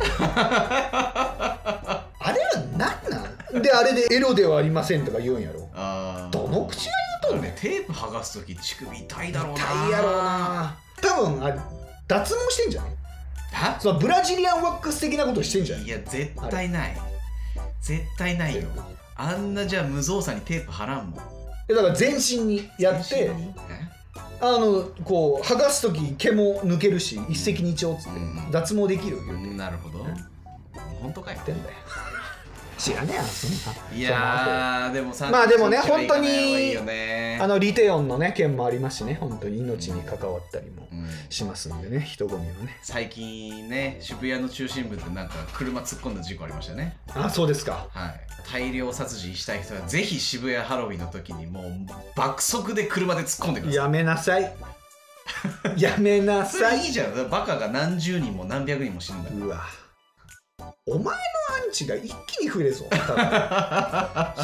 [SPEAKER 2] あれは何なのであれでエロではありませんとか言うんやろ
[SPEAKER 3] あー
[SPEAKER 2] どの口が言うとんねん
[SPEAKER 3] あれテープ剥がす時乳首痛いだろうな
[SPEAKER 2] 痛いやろうな多分あれ脱毛してんじゃない
[SPEAKER 3] は
[SPEAKER 2] そのブラジリアンワックス的なことしてんじゃない
[SPEAKER 3] いや絶対ない絶対ないよあんなじゃあ無造作にテープ貼らんもん
[SPEAKER 2] えだから全身にやって
[SPEAKER 3] 全身に
[SPEAKER 2] あのこう剥がす時毛も抜けるし一石二鳥っつって、
[SPEAKER 3] うん
[SPEAKER 2] 脱毛できるよ
[SPEAKER 3] えう
[SPEAKER 2] 言
[SPEAKER 3] んなるほど本当かよ
[SPEAKER 2] ってんだよ知らねえやろそんない
[SPEAKER 3] やーでもさ
[SPEAKER 2] まあでもね
[SPEAKER 3] そっちは行か
[SPEAKER 2] 本
[SPEAKER 3] ない方が
[SPEAKER 2] 当に
[SPEAKER 3] いいよね
[SPEAKER 2] あのリテオンのね件もありますしね本当に命に関わったりも
[SPEAKER 3] うん
[SPEAKER 2] しますんでね人混みはね
[SPEAKER 3] 最近ね渋谷の中心部ってなんか車突っ込んだ事故ありましたね
[SPEAKER 2] あそうですか
[SPEAKER 3] はい大量殺人したい人はぜひ渋谷ハロウィンの時にもう爆速で車で突っ込んでください
[SPEAKER 2] やめなさ いやめな
[SPEAKER 3] それ
[SPEAKER 2] さ
[SPEAKER 3] いい
[SPEAKER 2] い
[SPEAKER 3] じゃんバカが何十人も何百人も死ぬんだ
[SPEAKER 2] うわお前のアンチが一気に増えるぞ多 分それだ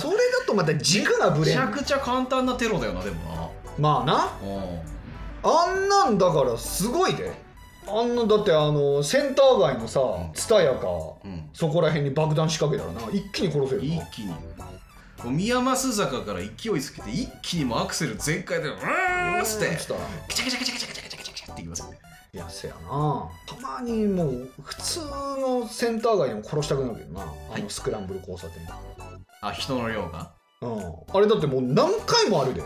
[SPEAKER 2] とまた軸がぶ
[SPEAKER 3] め
[SPEAKER 2] れ
[SPEAKER 3] ち
[SPEAKER 2] ん
[SPEAKER 3] ゃくちゃ簡単なテロだよなでも
[SPEAKER 2] まあな
[SPEAKER 3] なうん
[SPEAKER 2] あんなんだからすごいであんなだってあのセンター街のさ蔦屋か、
[SPEAKER 3] うん
[SPEAKER 2] そこら辺に爆弾仕掛けたらな一気に殺せる
[SPEAKER 3] 一
[SPEAKER 2] な
[SPEAKER 3] 気にもう宮益坂から勢いつけて一気にもうアクセル全開でうーんっつって
[SPEAKER 2] したら
[SPEAKER 3] カチャカチャカチャカチャカチャカチャカチャっていきますよね
[SPEAKER 2] いやせやなたまにもう普通のセンター街でも殺したくなるけどなあのスクランブル交差点、
[SPEAKER 3] あ人の量が
[SPEAKER 2] うん、あれだってもう何回もあるで
[SPEAKER 3] ん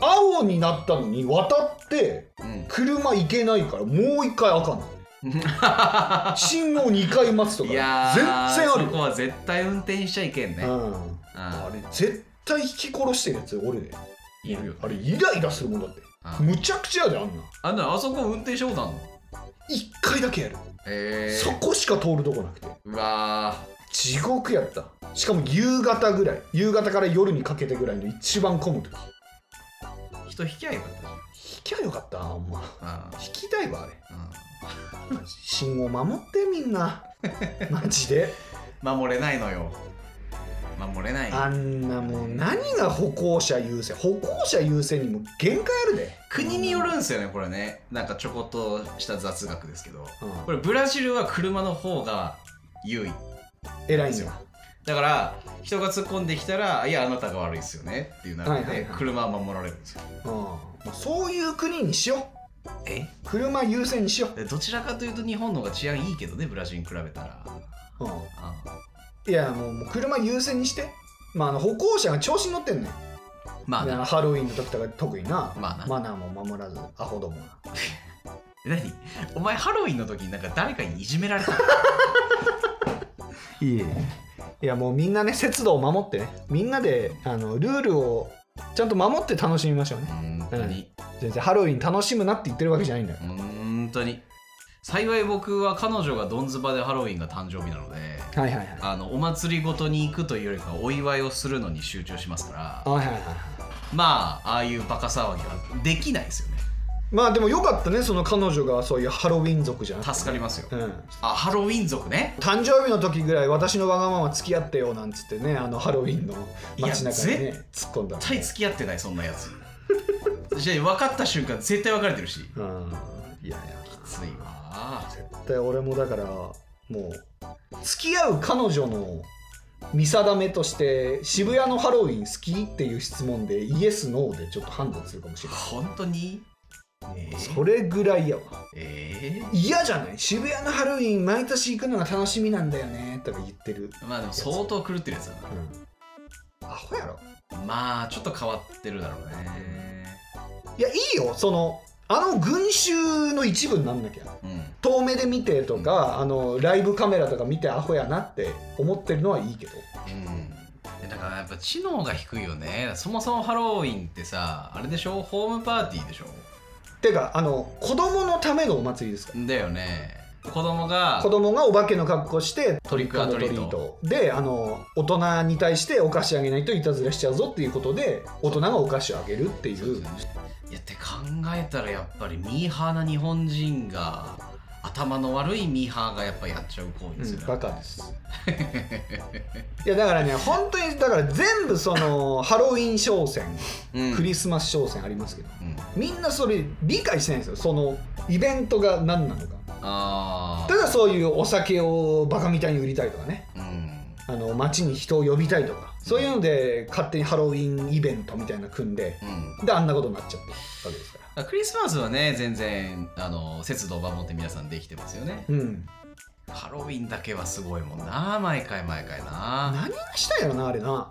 [SPEAKER 2] 青になったのに渡って
[SPEAKER 3] うん
[SPEAKER 2] 車行けないからもう一回赤な の信号2回待つとか
[SPEAKER 3] い
[SPEAKER 2] 全然
[SPEAKER 3] やー
[SPEAKER 2] ある
[SPEAKER 3] そこ
[SPEAKER 2] よ、
[SPEAKER 3] は絶対運転しちゃいけんね、
[SPEAKER 2] うん、あ
[SPEAKER 3] あ
[SPEAKER 2] れ絶対引き殺してるやつおるで
[SPEAKER 3] いるよ
[SPEAKER 2] あれイライラするもんだって
[SPEAKER 3] あ
[SPEAKER 2] むちゃくちゃやであんな
[SPEAKER 3] あんなあそこ運転したことあんの
[SPEAKER 2] 一回だけやる
[SPEAKER 5] え
[SPEAKER 2] そ
[SPEAKER 5] ー、
[SPEAKER 2] こしか通るとこなくて
[SPEAKER 5] うわ
[SPEAKER 2] 地獄やったしかも夕方ぐらい夕方から夜にかけてぐらいの一番混む時
[SPEAKER 3] 人引きゃよかったじゃ
[SPEAKER 2] 引きゃよかったなほんま
[SPEAKER 3] ん
[SPEAKER 2] 引きたいわあれ
[SPEAKER 3] うん
[SPEAKER 2] マジ信号守ってみんな マジで
[SPEAKER 3] うん守れないのよ守れない
[SPEAKER 2] あんなもう何が歩行者優先歩行者優先にも限界あるで、
[SPEAKER 3] 国によるんですよねこれねなんかちょこっとした雑学ですけどこ
[SPEAKER 2] これ
[SPEAKER 3] れブラジルは車の方が優位
[SPEAKER 2] 偉いんだ
[SPEAKER 3] だから人が突っ込んできたら「いやあなたが悪いですよね」っていうな
[SPEAKER 2] は
[SPEAKER 3] る
[SPEAKER 2] い
[SPEAKER 3] の
[SPEAKER 2] はい
[SPEAKER 3] で
[SPEAKER 2] はい
[SPEAKER 3] 車は守られるんですよ
[SPEAKER 2] うんまあそういう国にしよ
[SPEAKER 3] え
[SPEAKER 2] う車優先にしよ
[SPEAKER 3] どちらかというと日本の方が治安いいけどねブラジルに比べたら
[SPEAKER 2] う、う
[SPEAKER 3] あ
[SPEAKER 2] ん、いやもうもう車優先にしてまああの歩行者が調子に乗ってんのよ
[SPEAKER 3] まあ
[SPEAKER 2] であの
[SPEAKER 3] な
[SPEAKER 2] ハロウィンの時とか特にな,、
[SPEAKER 3] まあな
[SPEAKER 2] マナーも守らずアホどもが
[SPEAKER 3] 何お前ハロウィンの時になんか誰かにいじめられた
[SPEAKER 2] いえいやもうみんなね節度を守ってねみんなであのルールをちゃんと守って楽しみましょうね
[SPEAKER 3] 本当に
[SPEAKER 2] 全然ハロウィン楽しむなって言ってるわけじゃないんだよ
[SPEAKER 3] 本当に幸い僕は彼女がドンズバでハロウィンが誕生日なので
[SPEAKER 2] はいはいはい
[SPEAKER 3] あのお祭りごとに行くというよりかはお祝いをするのに集中しますから
[SPEAKER 2] はいはいはいはい
[SPEAKER 3] まあああいうバカ騒ぎはできないですよね
[SPEAKER 2] まあでもよかったねその彼女がそういうハロウィン族じゃなくて
[SPEAKER 3] 助かりますよ
[SPEAKER 2] うん
[SPEAKER 3] あハロウィン族ね
[SPEAKER 2] 誕生日の時ぐらい私のわがまま付き合ってよなんつってねあのハロウィンの街中に
[SPEAKER 3] いや
[SPEAKER 2] ね突っ込んだの
[SPEAKER 3] 絶対付き合ってないそんなやつじゃあ分かった瞬間絶対別れてるしき
[SPEAKER 2] うんいやいや
[SPEAKER 3] ついわ
[SPEAKER 2] 絶対俺もだからもう付き合う彼女の見定めとして渋谷のハロウィン好きっていう質問でイエスノーでちょっと判断するかもしれない
[SPEAKER 3] 本当にえー
[SPEAKER 2] それぐらいやわ
[SPEAKER 3] え
[SPEAKER 2] 嫌じゃない渋谷のハロウィン毎年行くのが楽しみなんだよねとか言ってる、
[SPEAKER 3] ーまあでも相当狂ってるやつだ
[SPEAKER 2] うん、アホやろ
[SPEAKER 3] なまあちょっと変わってるだろうね
[SPEAKER 2] いやいいよそのあの群衆の一部になんなきゃ
[SPEAKER 3] うん
[SPEAKER 2] 遠目で見てとか、あのライブカメラとか見てアホやなって思ってるのはいいけど
[SPEAKER 3] うん、だからやっぱ知能が低いよねそもそもハロウィンってさあれでしょホームパーティーでしょ
[SPEAKER 2] てかあの子供のためのお祭りですか
[SPEAKER 3] だよね子供が
[SPEAKER 2] ら子供がお化けの格好して
[SPEAKER 3] トリックアトリート
[SPEAKER 2] であの大人に対してお菓子あげないといたずらしちゃうぞっていうことで大人がお菓子をあげるってい
[SPEAKER 3] そう
[SPEAKER 2] う
[SPEAKER 3] ですよねいやって考えたらやっぱりミーハーな日本人が頭の悪いミーハーがやっぱやっちゃう行為ですよね、
[SPEAKER 2] バカですいやだからね本当にだから全部そのハロウィン商戦
[SPEAKER 3] うん
[SPEAKER 2] クリスマス商戦ありますけど
[SPEAKER 3] うん
[SPEAKER 2] みんなそれ理解してないんですよそのイベントが何なのか
[SPEAKER 3] あ
[SPEAKER 2] ただそういうお酒をバカみたいに売りたいとかね
[SPEAKER 3] あうん
[SPEAKER 2] あの街に人を呼びたいとかそういうので勝手にハロウィンイベントみたいなの組んで
[SPEAKER 3] うん
[SPEAKER 2] であんなことになっちゃってるわけですから
[SPEAKER 3] クリスマスはね全然あの節度を守って皆さんできてますよね
[SPEAKER 2] うん
[SPEAKER 3] ハロウィンだけはすごいもんな毎回毎回な
[SPEAKER 2] 何がしたいやろなあれな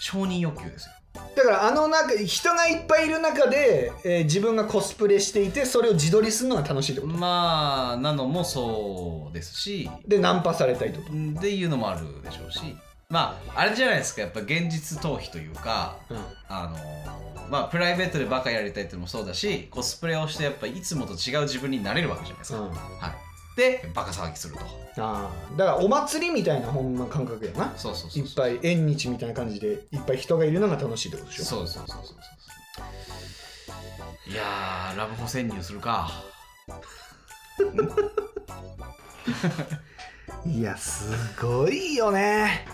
[SPEAKER 3] 承認欲求ですよ
[SPEAKER 2] だからあの中人がいっぱいいる中で、えー自分がコスプレしていてそれを自撮りするのが楽しいってこと
[SPEAKER 3] まあなのもそうですし
[SPEAKER 2] でナンパされたりとか
[SPEAKER 3] っていうのもあるでしょうしまああれじゃないですかやっぱ現実逃避というかあのまあプライベートでバカやりたいっていうのもそうだしコスプレをしてやっぱいつもと違う自分になれるわけじゃないです
[SPEAKER 2] う
[SPEAKER 3] か、
[SPEAKER 2] ん、うん、あ
[SPEAKER 3] はいでバカ騒ぎすると
[SPEAKER 2] あだからお祭りみたいなほんま感覚やな
[SPEAKER 3] そうそう
[SPEAKER 2] い
[SPEAKER 3] そう
[SPEAKER 2] っ
[SPEAKER 3] そう
[SPEAKER 2] ぱい縁日みたいな感じでいっぱい人がいるのが楽しいってことでしょ
[SPEAKER 3] そうそうそうそうそういやーラブホ潜入するか
[SPEAKER 2] いやすごいよね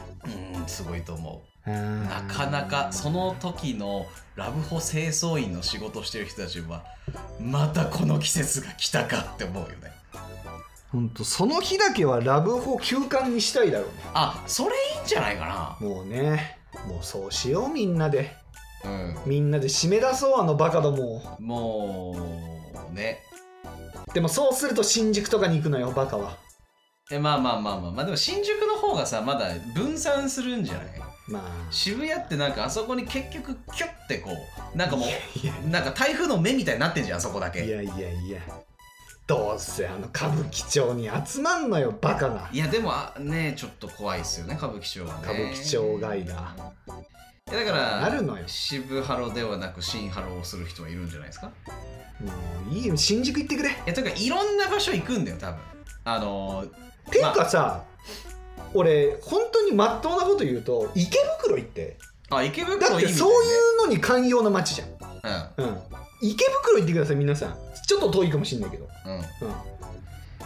[SPEAKER 3] うんすごいと思う
[SPEAKER 2] な
[SPEAKER 3] なかなかその時のラブホ清掃員の仕事してる人たちはまたこの季節が来たかって思うよね
[SPEAKER 2] ほんとその日だけはラブホ休館にしたいだろうね
[SPEAKER 3] あそれいいんじゃないか
[SPEAKER 2] もうねもうそうしようみんなで
[SPEAKER 3] なうん
[SPEAKER 2] みんなで締め出そうあのバカどもを
[SPEAKER 3] もうね
[SPEAKER 2] でもそうすると新宿とかに行くのよバカは
[SPEAKER 3] えまあまあまあまあまあでも新宿の方がさまだ分散するんじゃない
[SPEAKER 2] まあ
[SPEAKER 3] 渋谷ってなんかあそこに結局キュッてこうなんかもうなんか台風の目みたいになってんじゃんあそこだけ
[SPEAKER 2] いやいやいやどうせあの歌舞伎町に集まんのよバカが
[SPEAKER 3] いやでもあねちょっと怖いっすよね歌舞伎町はね
[SPEAKER 2] 歌舞伎町街だ
[SPEAKER 3] えだから
[SPEAKER 2] なるのよ
[SPEAKER 3] 渋ハロではなく新ハロをする人はいるんじゃないですか
[SPEAKER 2] もういいよ新宿行ってくれ
[SPEAKER 3] いやというかいろんな場所行くんだよ多分あのー
[SPEAKER 2] ていうかさ、俺本当にまっとうなこと言うと池袋行って
[SPEAKER 3] あ池
[SPEAKER 2] だっ
[SPEAKER 3] 袋いい
[SPEAKER 2] て
[SPEAKER 3] みたいね
[SPEAKER 2] そういうのに寛容な街じゃん、
[SPEAKER 3] う
[SPEAKER 2] うん、池袋行ってください皆さんちょっと遠いかもしんないけど、
[SPEAKER 3] んうん
[SPEAKER 2] うん、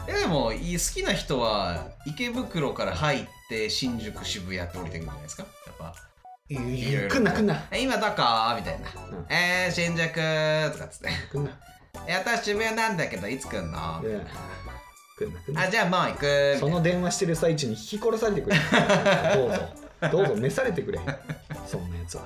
[SPEAKER 3] えでもい好きな人は池袋から入って新宿渋谷って降りてくるんじゃないですかやっぱ
[SPEAKER 2] いやいや来んな来んな
[SPEAKER 3] 「え今どこ?」みたいな
[SPEAKER 2] うん
[SPEAKER 3] 「えー、新宿」とかっつって
[SPEAKER 2] 来んな
[SPEAKER 3] 「え私渋谷なんだけどいつ来んの?」
[SPEAKER 2] いや来んな来んな
[SPEAKER 3] あじゃあもう行く」みたいな
[SPEAKER 2] その電話してる最中に引き殺され てくれどうぞどうぞ召されてくれそんなやつは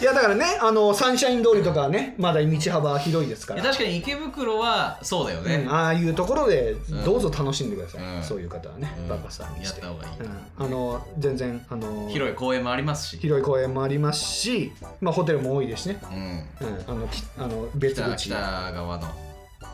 [SPEAKER 2] いやだからねあのサンシャイン通りとかはねまだ道幅広いですか
[SPEAKER 3] いや
[SPEAKER 2] ら、
[SPEAKER 3] 確かに池袋はそうだよ
[SPEAKER 2] う
[SPEAKER 3] ね
[SPEAKER 2] ん、、ああいうところでどうぞ楽しんでください、
[SPEAKER 3] うん
[SPEAKER 2] そういう方はね、
[SPEAKER 3] うん
[SPEAKER 2] バカさんに
[SPEAKER 3] や
[SPEAKER 2] し、
[SPEAKER 3] ってた方がいい、
[SPEAKER 2] うん、あの全然あの
[SPEAKER 3] 広い公園もありますし、
[SPEAKER 2] 広い公園もありますし、まあ、ホテルも多いですしね、
[SPEAKER 3] うん、
[SPEAKER 2] うん、あのきあの別
[SPEAKER 3] 北
[SPEAKER 2] 口
[SPEAKER 3] 北側の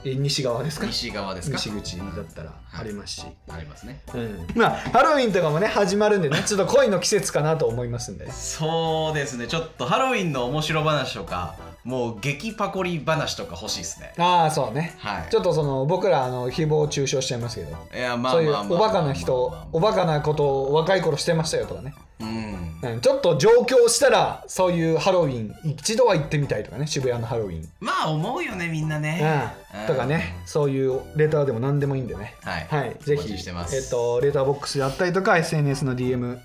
[SPEAKER 2] え西側ですか
[SPEAKER 3] 西側ですか
[SPEAKER 2] 西口だったらありますし、
[SPEAKER 3] ありますね
[SPEAKER 2] うん、まあハロウィンとかもね始まるんで ねちょっと恋の季節かなと思いますんで
[SPEAKER 3] そうですねちょっとハロウィンの面白話とかもう激パコリ話とか欲しいですね
[SPEAKER 2] ああそうね
[SPEAKER 3] はい
[SPEAKER 2] ちょっとその僕らあの誹謗中傷しちゃいますけど
[SPEAKER 3] いやまあ
[SPEAKER 2] そうい
[SPEAKER 3] ま
[SPEAKER 2] う
[SPEAKER 3] あまあ
[SPEAKER 2] おバカな人おバカなことを若い頃してましたよとかね、
[SPEAKER 3] うん
[SPEAKER 2] うん、ちょっと上京したらそういうハロウィン一度は行ってみたいとかね渋谷のハロウィン、
[SPEAKER 3] まあ思うよねみんなね
[SPEAKER 2] うん、とかねそういうレターでも何でもいいんでね
[SPEAKER 3] はい、
[SPEAKER 2] はい、ぜ
[SPEAKER 3] お待
[SPEAKER 2] ひ
[SPEAKER 3] ちしてます
[SPEAKER 2] えっとレターボックスであったりとか SNS の DM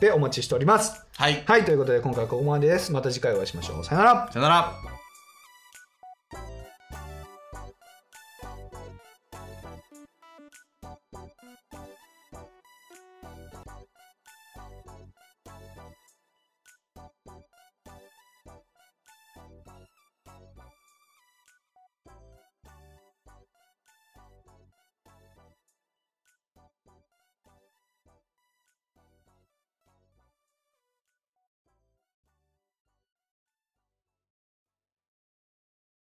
[SPEAKER 2] でお待ちしております
[SPEAKER 3] はい、
[SPEAKER 2] はいということで今回はここまでですまた次回お会いしましょうさよなら
[SPEAKER 3] さよなら